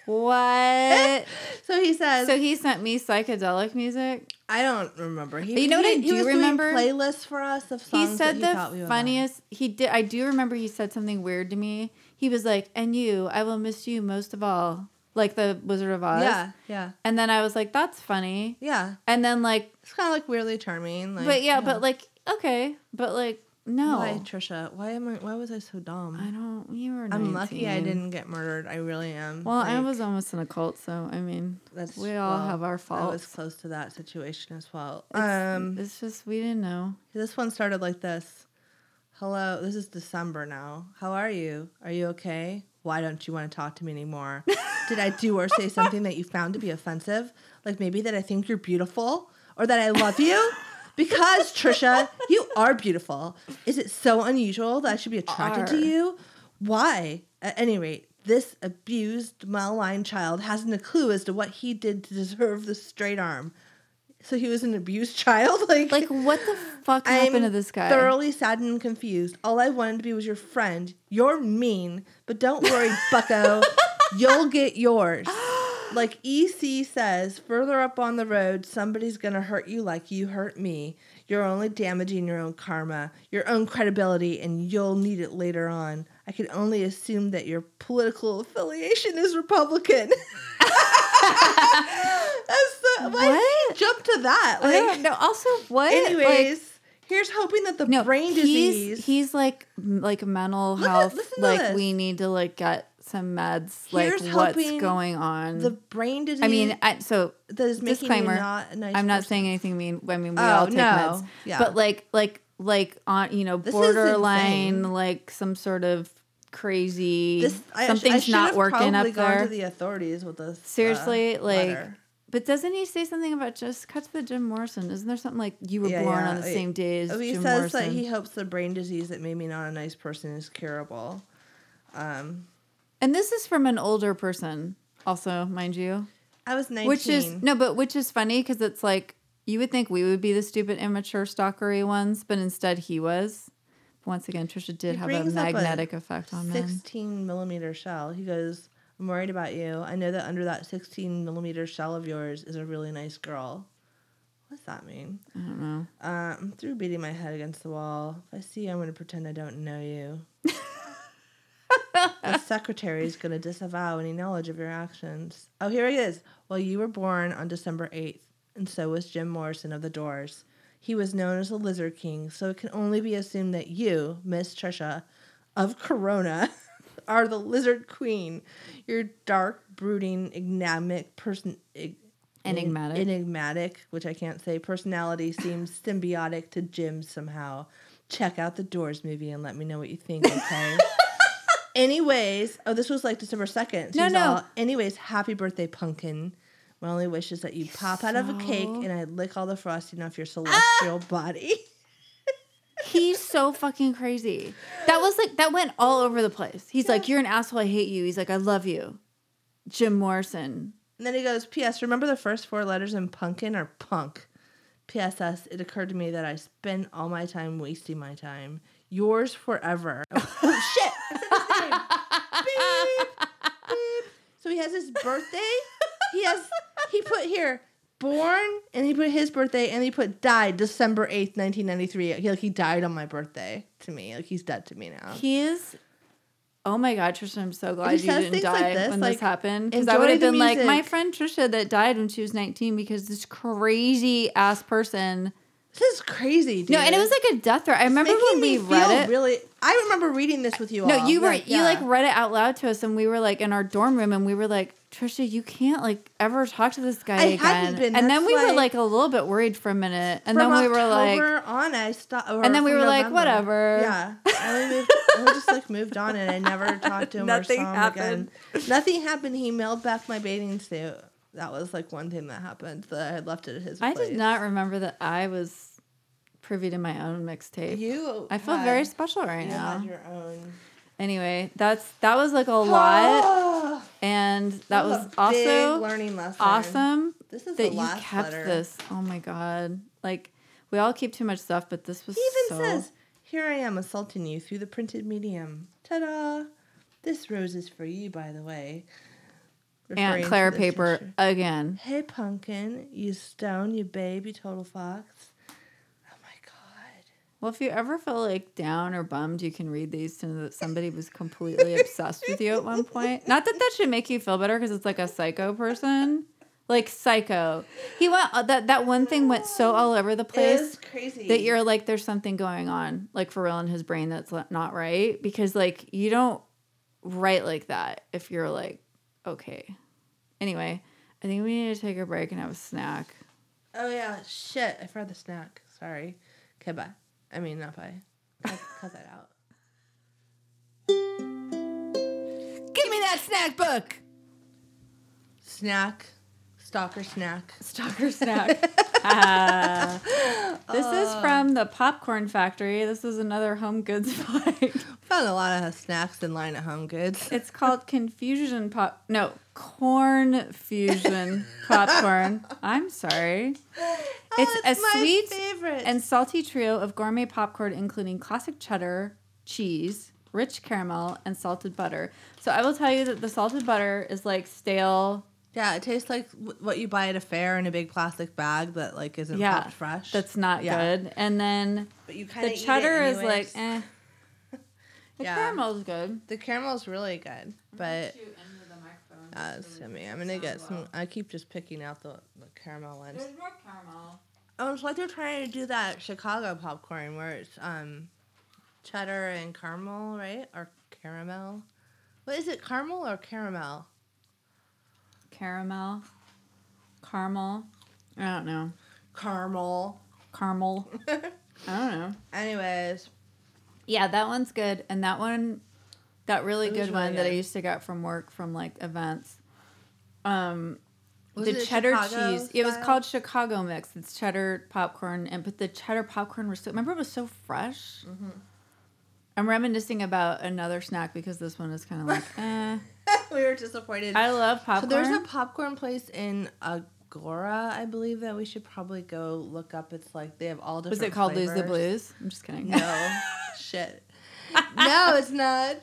[SPEAKER 2] What?
[SPEAKER 1] So he says,
[SPEAKER 2] so he sent me psychedelic music.
[SPEAKER 1] I don't remember. He,
[SPEAKER 2] You know what
[SPEAKER 1] he,
[SPEAKER 2] I
[SPEAKER 1] he
[SPEAKER 2] do
[SPEAKER 1] was doing
[SPEAKER 2] remember?
[SPEAKER 1] playlists for us of
[SPEAKER 2] He
[SPEAKER 1] songs
[SPEAKER 2] said
[SPEAKER 1] that he thought we
[SPEAKER 2] the
[SPEAKER 1] would like.
[SPEAKER 2] funniest. He did. I do remember he said something weird to me. He was like, "And you, I will miss you most of all," like the Wizard of Oz.
[SPEAKER 1] Yeah, yeah,
[SPEAKER 2] And then I was like, "That's funny."
[SPEAKER 1] yeah.
[SPEAKER 2] And then like,
[SPEAKER 1] It's kind of like weirdly charming. Like,
[SPEAKER 2] but yeah, but like, okay, but like, no,
[SPEAKER 1] why, Trisha? Why am I? Why was I so dumb?
[SPEAKER 2] I don't. You were. 19.
[SPEAKER 1] I'm lucky I didn't get murdered. I really am.
[SPEAKER 2] Well, I
[SPEAKER 1] Like,
[SPEAKER 2] was almost in a cult, so I mean,
[SPEAKER 1] that's-
[SPEAKER 2] we all
[SPEAKER 1] well,
[SPEAKER 2] have our
[SPEAKER 1] I was
[SPEAKER 2] faults.
[SPEAKER 1] close to that situation as well.
[SPEAKER 2] It's-
[SPEAKER 1] um,
[SPEAKER 2] it's just we didn't know.
[SPEAKER 1] this one started like this. Hello, this is December now. How are you? Are you okay? Why don't you want to talk to me anymore? did I do or say something that you found to be offensive? Like maybe that I think you're beautiful or that I love you? Because Trisha, you are beautiful. Is it so unusual that I should be attracted
[SPEAKER 2] Are.
[SPEAKER 1] to you? Why? At any rate, this abused malign child hasn't a clue as to what he did to deserve the straight arm. So he was an abused child? Like,
[SPEAKER 2] Like, what the fuck happened to this guy?
[SPEAKER 1] Thoroughly saddened and confused. All I wanted to be was your friend. You're mean, but don't worry, Bucko. You'll get yours. Like EC says, further up on the road, somebody's gonna hurt you like you hurt me. You're only damaging your own karma, your own credibility, and you'll need it later on. I can only assume that your political affiliation is Republican. That's the, why did
[SPEAKER 2] What?
[SPEAKER 1] he jump to that?
[SPEAKER 2] I
[SPEAKER 1] Like,
[SPEAKER 2] don't know. Also, what? like,
[SPEAKER 1] Anyways, here's hoping that the
[SPEAKER 2] no,
[SPEAKER 1] brain
[SPEAKER 2] he's,
[SPEAKER 1] disease.
[SPEAKER 2] He's like m- like mental
[SPEAKER 1] Look at-
[SPEAKER 2] health.
[SPEAKER 1] listen to
[SPEAKER 2] like
[SPEAKER 1] this.
[SPEAKER 2] we need to like get some meds.
[SPEAKER 1] Here's
[SPEAKER 2] like what's
[SPEAKER 1] hoping
[SPEAKER 2] going on?
[SPEAKER 1] the brain disease.
[SPEAKER 2] I mean, I, so
[SPEAKER 1] that is making
[SPEAKER 2] disclaimer,
[SPEAKER 1] you not a nice
[SPEAKER 2] I'm not
[SPEAKER 1] person.
[SPEAKER 2] saying anything mean. I mean, we
[SPEAKER 1] Oh,
[SPEAKER 2] all take
[SPEAKER 1] no.
[SPEAKER 2] meds,
[SPEAKER 1] Yeah.
[SPEAKER 2] but like like like on you know
[SPEAKER 1] This is
[SPEAKER 2] borderline
[SPEAKER 1] insane.
[SPEAKER 2] like some sort of crazy
[SPEAKER 1] This, I, I
[SPEAKER 2] something's
[SPEAKER 1] should
[SPEAKER 2] not
[SPEAKER 1] have
[SPEAKER 2] working up
[SPEAKER 1] probably gone
[SPEAKER 2] there.
[SPEAKER 1] to the authorities with this. uh,
[SPEAKER 2] Seriously, like.
[SPEAKER 1] letter.
[SPEAKER 2] But doesn't he say something about just cut to the Jim Morrison? Isn't there something like you were
[SPEAKER 1] Yeah,
[SPEAKER 2] born
[SPEAKER 1] yeah.
[SPEAKER 2] on the
[SPEAKER 1] He-
[SPEAKER 2] same day as
[SPEAKER 1] Oh, he
[SPEAKER 2] Jim
[SPEAKER 1] says
[SPEAKER 2] Morrison?
[SPEAKER 1] that he hopes the brain disease that made me not a nice person is curable.
[SPEAKER 2] and this is from an older person, also, mind you.
[SPEAKER 1] I was 19.
[SPEAKER 2] Which is no, but which is funny because it's like you would think we would be the stupid, immature, stalkery ones, but instead he was. Once again, Trisha did
[SPEAKER 1] He
[SPEAKER 2] have a
[SPEAKER 1] brings up a
[SPEAKER 2] magnetic effect on men.
[SPEAKER 1] 16 millimeter shell. He goes, I'm worried about you. I know that under that 16 millimeter shell of yours is a really nice girl. What's that mean?
[SPEAKER 2] I don't know.
[SPEAKER 1] Uh, I'm through beating my head against the wall. If I see you, I'm going to pretend I don't know you. the secretary is going to disavow any knowledge of your actions. Oh, here it is. Well, you were born on December 8th, and so was Jim Morrison of the Doors. He was known as the Lizard King, so it can only be assumed that you, Miss Trisha, of Corona, are the Lizard Queen. Your dark, brooding, enigmatic person. ig-
[SPEAKER 2] Enigmatic.
[SPEAKER 1] enigmatic, which I can't say, personality seems symbiotic to Jim somehow. Check out the Doors movie and let me know what you think, okay? Anyways, oh, this was like December 2nd. so
[SPEAKER 2] No,
[SPEAKER 1] he's
[SPEAKER 2] no.
[SPEAKER 1] all, Anyways, happy birthday, pumpkin. My only wish is that you pop out of a cake
[SPEAKER 2] So- Ah!
[SPEAKER 1] and I lick all the frosting off your celestial body.
[SPEAKER 2] He's so fucking crazy. That was like that went all over the place. He's like, "You're an asshole. I hate you." He's like, "I love you." Jim Morrison.
[SPEAKER 1] And then he goes, P.S. Remember the first four letters in pumpkin are punk. P.S.S. It occurred to me that I spend all my time wasting my time. Yours forever. Oh, shit! I said his name. Beep, beep. So he has his birthday. He has. He put here born, and he put his birthday, and he put died December eighth, nineteen ninety three. He like he died on my birthday to me. Like he's dead to me now.
[SPEAKER 2] He is. Oh my God, Trisha! I'm so glad
[SPEAKER 1] he
[SPEAKER 2] you
[SPEAKER 1] says
[SPEAKER 2] didn't
[SPEAKER 1] things like
[SPEAKER 2] die
[SPEAKER 1] this,
[SPEAKER 2] when
[SPEAKER 1] like,
[SPEAKER 2] this happened because I
[SPEAKER 1] enjoy
[SPEAKER 2] would have
[SPEAKER 1] the
[SPEAKER 2] been like my
[SPEAKER 1] music.
[SPEAKER 2] friend Trisha that died when she was 19 because this crazy ass person.
[SPEAKER 1] this is crazy, dude.
[SPEAKER 2] No, and it was like a death threat. I remember
[SPEAKER 1] Making
[SPEAKER 2] when
[SPEAKER 1] me
[SPEAKER 2] we read
[SPEAKER 1] feel
[SPEAKER 2] it.
[SPEAKER 1] Really, I remember reading this with you.
[SPEAKER 2] no,
[SPEAKER 1] all.
[SPEAKER 2] you were
[SPEAKER 1] Like,
[SPEAKER 2] you like
[SPEAKER 1] yeah.
[SPEAKER 2] read it out loud to us, and we were like in our dorm room, and we were like, Trisha, you can't like ever talk to this guy
[SPEAKER 1] I
[SPEAKER 2] again.
[SPEAKER 1] hadn't been. That's
[SPEAKER 2] and then we were
[SPEAKER 1] why-
[SPEAKER 2] like a little bit worried for a minute, and
[SPEAKER 1] From
[SPEAKER 2] then we were like,
[SPEAKER 1] October on I stopped,
[SPEAKER 2] And then we were like, whatever.
[SPEAKER 1] Yeah, I, only moved, I just like moved on, and I never talked to him
[SPEAKER 2] Nothing
[SPEAKER 1] or saw him
[SPEAKER 2] happened.
[SPEAKER 1] again. Nothing happened. He mailed back my bathing suit. That was like one thing that happened. That I had left it at his.
[SPEAKER 2] I
[SPEAKER 1] place.
[SPEAKER 2] did not remember that I was privy to my own mixtape.
[SPEAKER 1] You.
[SPEAKER 2] I feel
[SPEAKER 1] had-
[SPEAKER 2] very special right
[SPEAKER 1] You
[SPEAKER 2] now.
[SPEAKER 1] had your own.
[SPEAKER 2] Anyway, that's that was like a lot, and that was
[SPEAKER 1] a big
[SPEAKER 2] also
[SPEAKER 1] learning lesson.
[SPEAKER 2] awesome
[SPEAKER 1] This is
[SPEAKER 2] that
[SPEAKER 1] the
[SPEAKER 2] you
[SPEAKER 1] last
[SPEAKER 2] kept
[SPEAKER 1] letter.
[SPEAKER 2] this. Oh my god! Like we all keep too much stuff, but this was
[SPEAKER 1] He even
[SPEAKER 2] so.
[SPEAKER 1] says, "Here I am assaulting you through the printed medium." Ta-da! This rose is for you, by the way. Referring
[SPEAKER 2] Aunt
[SPEAKER 1] to
[SPEAKER 2] Claire
[SPEAKER 1] the
[SPEAKER 2] paper
[SPEAKER 1] gesture.
[SPEAKER 2] again.
[SPEAKER 1] Hey, pumpkin, you stone, you babe, you total fox. Oh my god.
[SPEAKER 2] Well, if you ever feel like down or bummed, you can read these to know that somebody was completely obsessed with you at one point. Not that that should make you feel better because it's like a psycho person. Like psycho. He went uh, that that one thing went so all over the
[SPEAKER 1] It
[SPEAKER 2] place
[SPEAKER 1] is crazy.
[SPEAKER 2] that you're like there's something going on like for real in his brain that's li- not right because like you don't write like that if you're like okay. Anyway, I think we need to take a break and have a snack.
[SPEAKER 1] Oh yeah, shit! I forgot the snack. Sorry. Okay, bye. I mean, not bye. Cut, cut that out.
[SPEAKER 2] Give me that snack book.
[SPEAKER 1] snack, stalker snack.
[SPEAKER 2] Stalker snack. Uh. Ah. this is from the Popcorn Factory. This is another home goods flag.
[SPEAKER 1] Found a lot of snacks in line at Home Goods.
[SPEAKER 2] It's called Confusion Pop. No, Corn Fusion Popcorn. I'm sorry. It's a sweet
[SPEAKER 1] Oh, favorite.
[SPEAKER 2] and salty trio of gourmet popcorn, including classic cheddar, cheese, rich caramel, and salted butter. So I will tell you that the salted butter is like stale.
[SPEAKER 1] yeah, it tastes like w- what you buy at a fair in a big plastic bag that like isn't
[SPEAKER 2] Yeah,
[SPEAKER 1] popped fresh.
[SPEAKER 2] That's not
[SPEAKER 1] Yeah.
[SPEAKER 2] good. And then
[SPEAKER 1] but you kind
[SPEAKER 2] the
[SPEAKER 1] of
[SPEAKER 2] cheddar is like, eh. The
[SPEAKER 1] Yeah.
[SPEAKER 2] caramel's good.
[SPEAKER 1] the caramel's really good, but uh, Sammy, I'm gonna get some. I keep just picking out the, the caramel ones.
[SPEAKER 2] more caramel.
[SPEAKER 1] Oh, it's like they're trying to do that Chicago popcorn where it's um, cheddar and caramel, right? Or caramel? What is it, caramel or caramel?
[SPEAKER 2] Caramel. Caramel. I don't know.
[SPEAKER 1] Caramel.
[SPEAKER 2] Caramel. I don't know.
[SPEAKER 1] Anyways,
[SPEAKER 2] Yeah, that one's good. And that one, that really
[SPEAKER 1] It
[SPEAKER 2] good
[SPEAKER 1] was really
[SPEAKER 2] one that I
[SPEAKER 1] good.
[SPEAKER 2] used to get from work from like events. Um,
[SPEAKER 1] Was
[SPEAKER 2] the
[SPEAKER 1] it
[SPEAKER 2] cheddar
[SPEAKER 1] Chicago
[SPEAKER 2] cheese. It was
[SPEAKER 1] style?
[SPEAKER 2] called Chicago mix. It's cheddar popcorn, and but the cheddar popcorn was so. Remember, it was so fresh.
[SPEAKER 1] Mm-hmm.
[SPEAKER 2] I'm reminiscing about another snack because this one is kind of like. eh.
[SPEAKER 1] we were disappointed.
[SPEAKER 2] I love
[SPEAKER 1] so
[SPEAKER 2] popcorn.
[SPEAKER 1] there's a popcorn place in Agora, I believe, that we should probably go look up. It's like they have all different.
[SPEAKER 2] was it called Lose the
[SPEAKER 1] flavors.
[SPEAKER 2] Blues? I'm just kidding.
[SPEAKER 1] No, shit. No, it's not.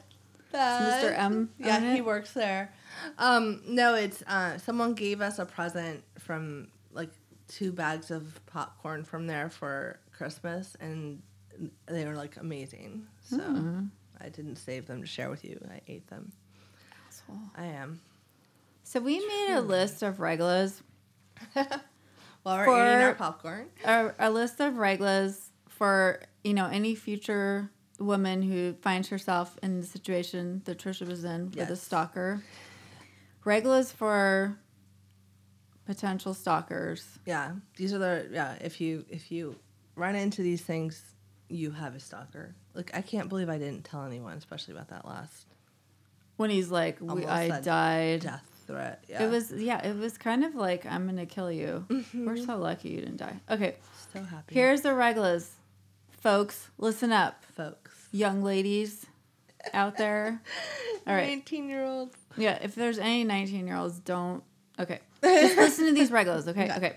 [SPEAKER 1] That.
[SPEAKER 2] Mr. M
[SPEAKER 1] Yeah,
[SPEAKER 2] on
[SPEAKER 1] he
[SPEAKER 2] it?
[SPEAKER 1] works there. Um, no, it's uh, someone gave us a present from like two bags of popcorn from there for Christmas, and they were like amazing. So
[SPEAKER 2] Hmm.
[SPEAKER 1] I didn't save them to share with you. I ate them. I am.
[SPEAKER 2] So we made a list of regulas
[SPEAKER 1] While we're
[SPEAKER 2] For-
[SPEAKER 1] eating our popcorn,
[SPEAKER 2] a, a list of reglas for you know any future woman who finds herself in the situation that Trisha was in with a
[SPEAKER 1] Yes.
[SPEAKER 2] stalker. Reglas for potential stalkers.
[SPEAKER 1] yeah, these are the yeah. If you if you run into these things, you have a stalker. Look, I can't believe I didn't tell anyone, especially about that last
[SPEAKER 2] When he's like, we,
[SPEAKER 1] Almost
[SPEAKER 2] "I
[SPEAKER 1] said
[SPEAKER 2] died."
[SPEAKER 1] death threat. Yeah,
[SPEAKER 2] It was yeah, it was kind of like, "I'm gonna kill you."
[SPEAKER 1] Mm-hmm.
[SPEAKER 2] We're so lucky you didn't die. Okay,
[SPEAKER 1] so happy.
[SPEAKER 2] here's the reglas, folks. Listen up,
[SPEAKER 1] folks.
[SPEAKER 2] young ladies out there. All right,
[SPEAKER 1] 19 year old.
[SPEAKER 2] Yeah, if there's any 19 year olds, don't. Okay. Just listen to these regulars, okay? okay?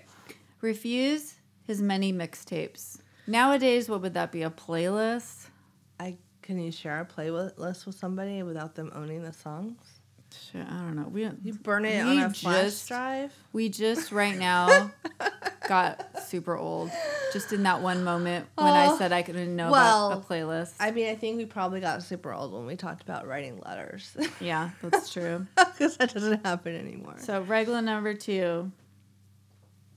[SPEAKER 2] Refuse his many mixtapes. Nowadays, what would that be? A playlist?
[SPEAKER 1] I can you share a playlist with somebody without them owning the songs?
[SPEAKER 2] Shit, I don't know. We,
[SPEAKER 1] You
[SPEAKER 2] don't-
[SPEAKER 1] burn it
[SPEAKER 2] We
[SPEAKER 1] on a flash
[SPEAKER 2] just-
[SPEAKER 1] drive.
[SPEAKER 2] we just right now got super old. Just in that one moment when I
[SPEAKER 1] Oh,
[SPEAKER 2] said I couldn't know
[SPEAKER 1] well,
[SPEAKER 2] about a playlist.
[SPEAKER 1] I mean, I think we probably got super old when we talked about writing letters
[SPEAKER 2] yeah, that's true.
[SPEAKER 1] because that doesn't happen anymore.
[SPEAKER 2] So, regular number two.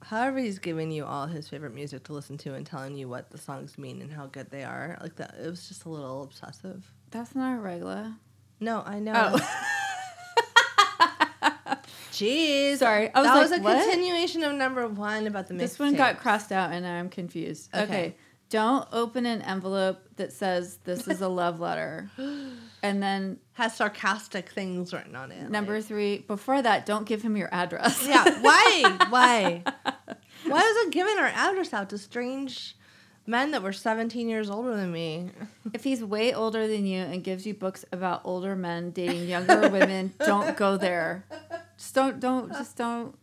[SPEAKER 1] However, he's giving you all his favorite music to listen to and telling you what the songs mean and how good they are. Like that, it was just a little obsessive.
[SPEAKER 2] That's not a regular.
[SPEAKER 1] No, I know.
[SPEAKER 2] Oh,
[SPEAKER 1] Jeez,
[SPEAKER 2] Sorry, I was
[SPEAKER 1] that
[SPEAKER 2] like,
[SPEAKER 1] was a
[SPEAKER 2] what?
[SPEAKER 1] continuation of number one about the.
[SPEAKER 2] This one got
[SPEAKER 1] mixtape.
[SPEAKER 2] crossed out and I'm confused. Okay.
[SPEAKER 1] Okay.
[SPEAKER 2] Don't open an envelope that says this is a love letter. And then
[SPEAKER 1] has sarcastic things written on it. like-
[SPEAKER 2] number three, before that, don't give him your address.
[SPEAKER 1] Yeah. Why? Why? Why was I giving our address out to strange men that were 17 years older than me?
[SPEAKER 2] if he's way older than you and gives you books about older men dating younger women, don't go there. Just don't don't just don't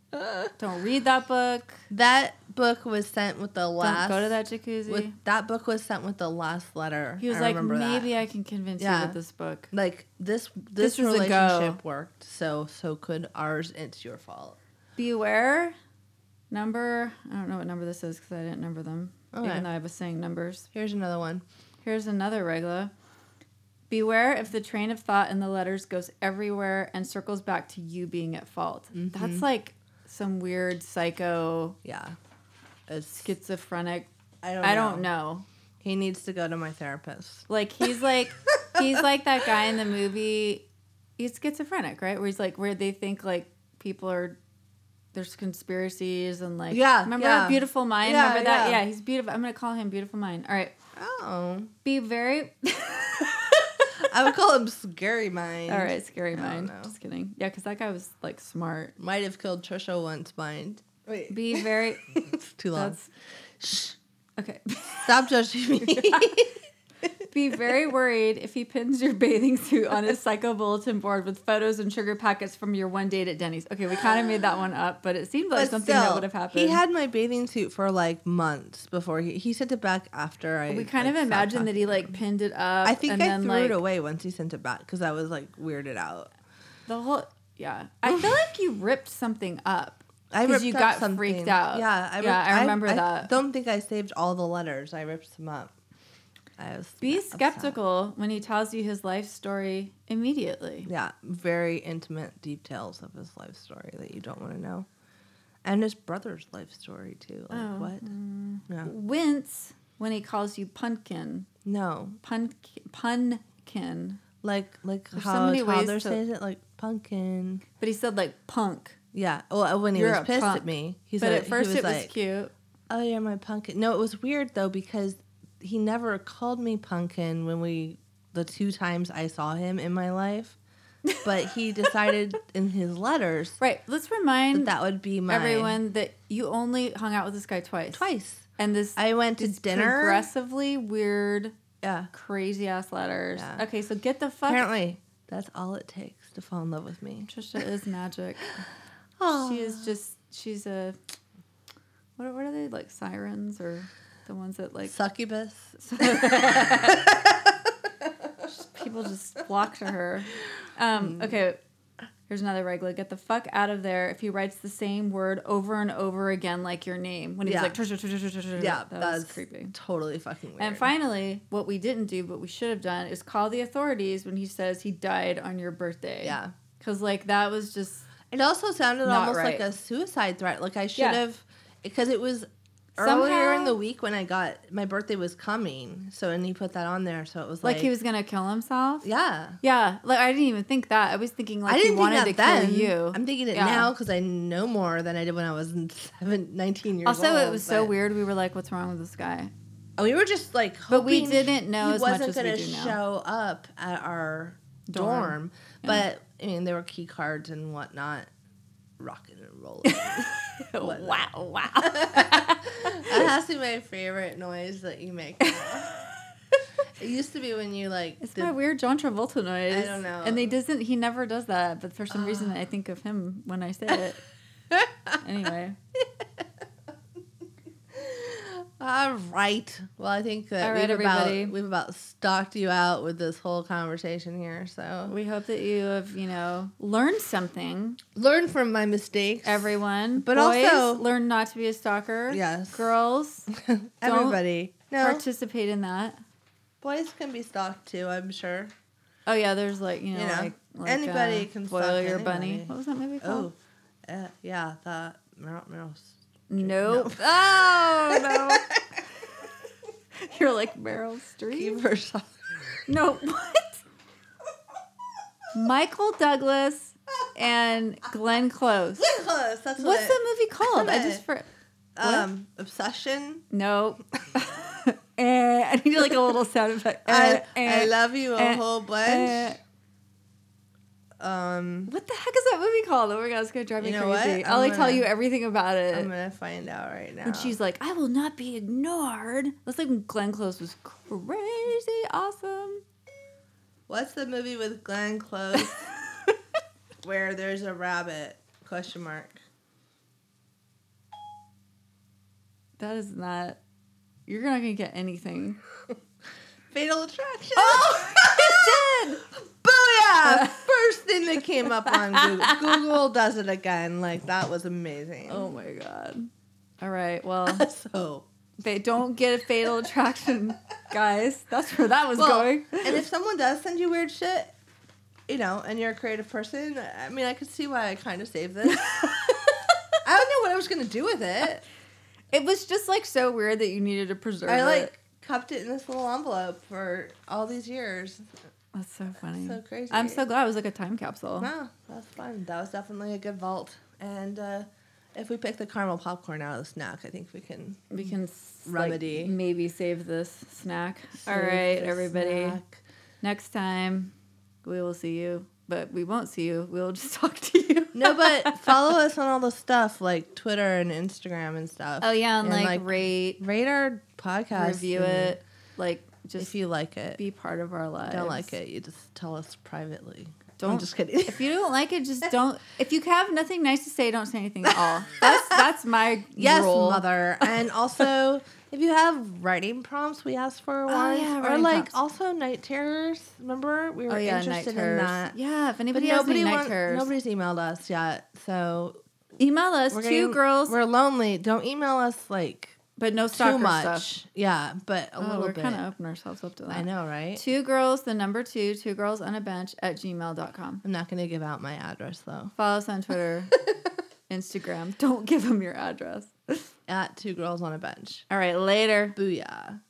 [SPEAKER 2] don't read that book.
[SPEAKER 1] That book was sent with the last.
[SPEAKER 2] don't go to that jacuzzi.
[SPEAKER 1] With, that book was sent with the last letter.
[SPEAKER 2] he was
[SPEAKER 1] I
[SPEAKER 2] like,
[SPEAKER 1] remember that.
[SPEAKER 2] maybe I can convince you
[SPEAKER 1] Yeah.
[SPEAKER 2] with this book.
[SPEAKER 1] Like this, this,
[SPEAKER 2] This is a go.
[SPEAKER 1] relationship worked. So, so could ours. It's your fault.
[SPEAKER 2] Beware. Number, I don't know what number this is because I didn't number them,
[SPEAKER 1] Okay.
[SPEAKER 2] even though I was saying numbers.
[SPEAKER 1] Here's another one.
[SPEAKER 2] Here's another regla. Beware if the train of thought in the letters goes everywhere and circles back to you being at fault. That's like some weird psycho
[SPEAKER 1] Yeah, it's.
[SPEAKER 2] schizophrenic.
[SPEAKER 1] I don't.
[SPEAKER 2] I don't know.
[SPEAKER 1] He needs to go to my therapist.
[SPEAKER 2] Like he's like he's like that guy in the movie. He's schizophrenic, right? Where he's like where they think like people are there's conspiracies and like
[SPEAKER 1] Yeah,
[SPEAKER 2] Remember
[SPEAKER 1] yeah.
[SPEAKER 2] Beautiful Mind?
[SPEAKER 1] Yeah,
[SPEAKER 2] remember that?
[SPEAKER 1] yeah.
[SPEAKER 2] Yeah. Oh. he's beautiful. I'm gonna call him Beautiful Mind. All right.
[SPEAKER 1] Oh,
[SPEAKER 2] Be very
[SPEAKER 1] I would call him Scary Mind.
[SPEAKER 2] All right, scary
[SPEAKER 1] I don't
[SPEAKER 2] mind.
[SPEAKER 1] know.
[SPEAKER 2] Just kidding. Yeah, because that guy was like smart.
[SPEAKER 1] Might have killed Trisha once, mind. Wait.
[SPEAKER 2] Be very.
[SPEAKER 1] it's too long.
[SPEAKER 2] That's. Okay.
[SPEAKER 1] Stop judging me.
[SPEAKER 2] Be very worried if he pins your bathing suit on his psycho bulletin board with photos and sugar packets from your one date at Denny's. Okay, we kind of made that one up, but it seemed like
[SPEAKER 1] But
[SPEAKER 2] something that
[SPEAKER 1] still,
[SPEAKER 2] would have happened.
[SPEAKER 1] He had my bathing suit for like months before he he sent it back after I.
[SPEAKER 2] we kind
[SPEAKER 1] like,
[SPEAKER 2] of
[SPEAKER 1] stopped
[SPEAKER 2] imagined that
[SPEAKER 1] talking
[SPEAKER 2] he
[SPEAKER 1] to him.
[SPEAKER 2] like pinned it up.
[SPEAKER 1] I think
[SPEAKER 2] and
[SPEAKER 1] I
[SPEAKER 2] then,
[SPEAKER 1] threw
[SPEAKER 2] like,
[SPEAKER 1] it away once he sent it back because I was like weirded out.
[SPEAKER 2] The whole yeah. I feel like you ripped something up.
[SPEAKER 1] I
[SPEAKER 2] 'Cause
[SPEAKER 1] ripped
[SPEAKER 2] you
[SPEAKER 1] up
[SPEAKER 2] got
[SPEAKER 1] something.
[SPEAKER 2] freaked out.
[SPEAKER 1] Yeah, I
[SPEAKER 2] yeah,
[SPEAKER 1] ripped-
[SPEAKER 2] I remember
[SPEAKER 1] I
[SPEAKER 2] that.
[SPEAKER 1] don't think I saved all the letters. I ripped them up. I was
[SPEAKER 2] Be
[SPEAKER 1] upset.
[SPEAKER 2] skeptical when he tells you his life story immediately.
[SPEAKER 1] Yeah, very intimate details of his life story that you don't want to know, and his brother's life story too. Like
[SPEAKER 2] Oh,
[SPEAKER 1] what? No,
[SPEAKER 2] Wince when he calls you pumpkin,
[SPEAKER 1] no,
[SPEAKER 2] pumpkin, punkin.
[SPEAKER 1] like like
[SPEAKER 2] There's so
[SPEAKER 1] how a
[SPEAKER 2] many ways
[SPEAKER 1] toddler
[SPEAKER 2] to-
[SPEAKER 1] says it, like pumpkin.
[SPEAKER 2] But he said like punk.
[SPEAKER 1] Yeah. Well, when he
[SPEAKER 2] You're
[SPEAKER 1] was
[SPEAKER 2] a
[SPEAKER 1] pissed
[SPEAKER 2] punk.
[SPEAKER 1] at me, he
[SPEAKER 2] but
[SPEAKER 1] said
[SPEAKER 2] at first
[SPEAKER 1] he was
[SPEAKER 2] it was
[SPEAKER 1] like,
[SPEAKER 2] cute.
[SPEAKER 1] "Oh, you're my pumpkin." No, it was weird though because he never called me pumpkin when we the two times I saw him in my life, but he decided in his letters
[SPEAKER 2] Right. Let's
[SPEAKER 1] that
[SPEAKER 2] remind
[SPEAKER 1] that would be my
[SPEAKER 2] everyone that you only hung out with this guy twice.
[SPEAKER 1] twice.
[SPEAKER 2] And this
[SPEAKER 1] I went to
[SPEAKER 2] is
[SPEAKER 1] dinner.
[SPEAKER 2] Progressively weird,
[SPEAKER 1] Yeah.
[SPEAKER 2] crazy ass letters.
[SPEAKER 1] Yeah.
[SPEAKER 2] Okay, so get the fuck.
[SPEAKER 1] Apparently, that's all it takes to fall in love with me.
[SPEAKER 2] Trisha is magic.
[SPEAKER 1] Oh,
[SPEAKER 2] She is just. She's a. What, what are they like? Sirens or the ones that like
[SPEAKER 1] succubus.
[SPEAKER 2] people just flock to her.
[SPEAKER 1] Hmm.
[SPEAKER 2] Um, okay, here's another regular. Get the fuck out of there if he writes the same word over and over again, like your name. When he's
[SPEAKER 1] Yeah.
[SPEAKER 2] like, "Trisha, Trisha, Trisha, Trisha,"
[SPEAKER 1] Yeah,
[SPEAKER 2] that
[SPEAKER 1] that's
[SPEAKER 2] was creepy.
[SPEAKER 1] Totally fucking weird.
[SPEAKER 2] And finally, what we didn't do, but we should have done, is call the authorities when he says he died on your birthday.
[SPEAKER 1] Yeah.
[SPEAKER 2] Because, like, that was just
[SPEAKER 1] It also sounded
[SPEAKER 2] Not
[SPEAKER 1] almost like
[SPEAKER 2] right.
[SPEAKER 1] a suicide threat. Like I should
[SPEAKER 2] Yeah.
[SPEAKER 1] have, because it was earlier
[SPEAKER 2] Somehow-
[SPEAKER 1] in the week when I got my birthday was coming. So and he put that on there. So it was
[SPEAKER 2] like,
[SPEAKER 1] like,
[SPEAKER 2] he was going to kill himself.
[SPEAKER 1] yeah.
[SPEAKER 2] Yeah, like I didn't even think that. I was thinking like
[SPEAKER 1] I
[SPEAKER 2] he
[SPEAKER 1] didn't think
[SPEAKER 2] wanted
[SPEAKER 1] that
[SPEAKER 2] to
[SPEAKER 1] then.
[SPEAKER 2] kill you.
[SPEAKER 1] I'm thinking it
[SPEAKER 2] Yeah.
[SPEAKER 1] now because I know more than I did when I was seven, 19 years
[SPEAKER 2] also,
[SPEAKER 1] old.
[SPEAKER 2] it was so
[SPEAKER 1] but-
[SPEAKER 2] weird. We were like, "What's wrong with this guy?"
[SPEAKER 1] And We were just like,
[SPEAKER 2] But we
[SPEAKER 1] hoping
[SPEAKER 2] didn't know
[SPEAKER 1] he
[SPEAKER 2] as much
[SPEAKER 1] wasn't
[SPEAKER 2] as we
[SPEAKER 1] gonna
[SPEAKER 2] do now.
[SPEAKER 1] show up at our
[SPEAKER 2] Dorm.
[SPEAKER 1] dorm.
[SPEAKER 2] Yeah.
[SPEAKER 1] But I mean, there were key cards and whatnot, rocking and rolling. What?
[SPEAKER 2] wow.
[SPEAKER 1] That has to be my favorite noise that you make. now. it used to be when you like
[SPEAKER 2] It's
[SPEAKER 1] did-
[SPEAKER 2] my weird John Travolta noise.
[SPEAKER 1] I don't know. Ah.
[SPEAKER 2] And they doesn't. He never does that. But for some reason, I think of him when I say it. anyway,
[SPEAKER 1] All right. Well, I think that
[SPEAKER 2] All right,
[SPEAKER 1] we've about
[SPEAKER 2] everybody.
[SPEAKER 1] we've about stalked you out with this whole conversation here. So
[SPEAKER 2] we hope that you have you know learned something.
[SPEAKER 1] learn from my mistakes,
[SPEAKER 2] Everyone,
[SPEAKER 1] But
[SPEAKER 2] Boys,
[SPEAKER 1] also-
[SPEAKER 2] learn not to be a stalker.
[SPEAKER 1] Yes.
[SPEAKER 2] girls
[SPEAKER 1] everybody. No,
[SPEAKER 2] participate in that.
[SPEAKER 1] boys can be stalked too. I'm sure.
[SPEAKER 2] Oh yeah, there's like you know,
[SPEAKER 1] You know,
[SPEAKER 2] like, like
[SPEAKER 1] anybody
[SPEAKER 2] uh,
[SPEAKER 1] can
[SPEAKER 2] boil
[SPEAKER 1] stalk
[SPEAKER 2] your bunny.
[SPEAKER 1] anybody.
[SPEAKER 2] What was that movie
[SPEAKER 1] Oh,
[SPEAKER 2] called?
[SPEAKER 1] uh, yeah, the Meryl, Meryl.
[SPEAKER 2] Nope. Oh no. You're like Meryl Streep.
[SPEAKER 1] Streep.
[SPEAKER 2] No, what? Michael Douglas and Glenn Close.
[SPEAKER 1] Close. That's what
[SPEAKER 2] What's
[SPEAKER 1] it-
[SPEAKER 2] the movie called? I just for
[SPEAKER 1] um obsession.
[SPEAKER 2] nope. Eh, I need like a little sound effect.
[SPEAKER 1] I,
[SPEAKER 2] Eh,
[SPEAKER 1] I
[SPEAKER 2] eh,
[SPEAKER 1] love you a
[SPEAKER 2] eh,
[SPEAKER 1] whole
[SPEAKER 2] eh.
[SPEAKER 1] bunch. um,
[SPEAKER 2] What the heck is that movie called? Oh my god, it's gonna drive me
[SPEAKER 1] You know
[SPEAKER 2] crazy.
[SPEAKER 1] what?
[SPEAKER 2] I'll
[SPEAKER 1] I'm
[SPEAKER 2] like tell
[SPEAKER 1] gonna-
[SPEAKER 2] you everything about it.
[SPEAKER 1] I'm gonna find out right now.
[SPEAKER 2] uh, And she's like, I will not be ignored. That's like when Glenn Close was crazy awesome.
[SPEAKER 1] What's the movie with Glenn Close where there's a rabbit? Question mark.
[SPEAKER 2] That is not. You're not gonna get anything.
[SPEAKER 1] Fatal Attraction.
[SPEAKER 2] Oh!
[SPEAKER 1] Oh!
[SPEAKER 2] it did.
[SPEAKER 1] Booyah! First thing that came up on Google. Google does it again. Like that was amazing.
[SPEAKER 2] Oh my god. All right. Well,
[SPEAKER 1] So.
[SPEAKER 2] they don't get a fatal attraction, guys. That's where that was
[SPEAKER 1] Well,
[SPEAKER 2] going.
[SPEAKER 1] and if someone does send you weird shit, you know, and you're a creative person, I mean, I could see why I kind of saved this. I don't know what I was gonna do with it.
[SPEAKER 2] It was just like so weird that you needed to preserve
[SPEAKER 1] I
[SPEAKER 2] it.
[SPEAKER 1] like kept it in this little envelope for all these years.
[SPEAKER 2] That's so funny.
[SPEAKER 1] so crazy.
[SPEAKER 2] I'm so glad it was like a time capsule.
[SPEAKER 1] Wow, that was fun. That was definitely a good vault. And uh, if we pick the caramel popcorn out of the snack, I think we can.
[SPEAKER 2] We can s- like,
[SPEAKER 1] Remedy.
[SPEAKER 2] maybe save this snack. All
[SPEAKER 1] save
[SPEAKER 2] right,
[SPEAKER 1] the
[SPEAKER 2] everybody.
[SPEAKER 1] snack.
[SPEAKER 2] next time we will see you, but we won't see you. We'll just talk to you.
[SPEAKER 1] No, but follow us on all the stuff like Twitter and Instagram and stuff.
[SPEAKER 2] Oh yeah, and, like, rate,
[SPEAKER 1] rate our podcast,
[SPEAKER 2] review
[SPEAKER 1] and
[SPEAKER 2] it, like just
[SPEAKER 1] if you like it.
[SPEAKER 2] be part of our lives.
[SPEAKER 1] don't like it, you just tell us privately.
[SPEAKER 2] Don't
[SPEAKER 1] I'm just kidding.
[SPEAKER 2] If you don't like it, just don't. If you have nothing nice to say, don't say anything at all. That's that's my
[SPEAKER 1] yes,
[SPEAKER 2] rule.
[SPEAKER 1] mother. And also, if you have writing prompts, we asked for ones,
[SPEAKER 2] Oh, yeah,
[SPEAKER 1] or
[SPEAKER 2] writing
[SPEAKER 1] like
[SPEAKER 2] prompts.
[SPEAKER 1] also night terrors. Remember, we were
[SPEAKER 2] Oh yeah, night
[SPEAKER 1] interested in
[SPEAKER 2] terrors.
[SPEAKER 1] that.
[SPEAKER 2] Yeah, if
[SPEAKER 1] But
[SPEAKER 2] anybody has
[SPEAKER 1] nobody
[SPEAKER 2] any night
[SPEAKER 1] want-
[SPEAKER 2] terrors,
[SPEAKER 1] nobody's emailed us yet, so
[SPEAKER 2] email us
[SPEAKER 1] we're
[SPEAKER 2] 2
[SPEAKER 1] getting-
[SPEAKER 2] girls,
[SPEAKER 1] We're lonely. Don't email us like
[SPEAKER 2] but no stalker
[SPEAKER 1] too much.
[SPEAKER 2] stuff.
[SPEAKER 1] Yeah, but a
[SPEAKER 2] Oh,
[SPEAKER 1] little
[SPEAKER 2] we're
[SPEAKER 1] bit.
[SPEAKER 2] kind of opening ourselves up to that.
[SPEAKER 1] I know, right?
[SPEAKER 2] Two girls, the number two, two girls on a bench at gmail.com.
[SPEAKER 1] I'm not gonna give out my address though.
[SPEAKER 2] Follow us on Twitter, Instagram. Don't give them your address.
[SPEAKER 1] At two girls on a bench.
[SPEAKER 2] All right, later.
[SPEAKER 1] Booyah.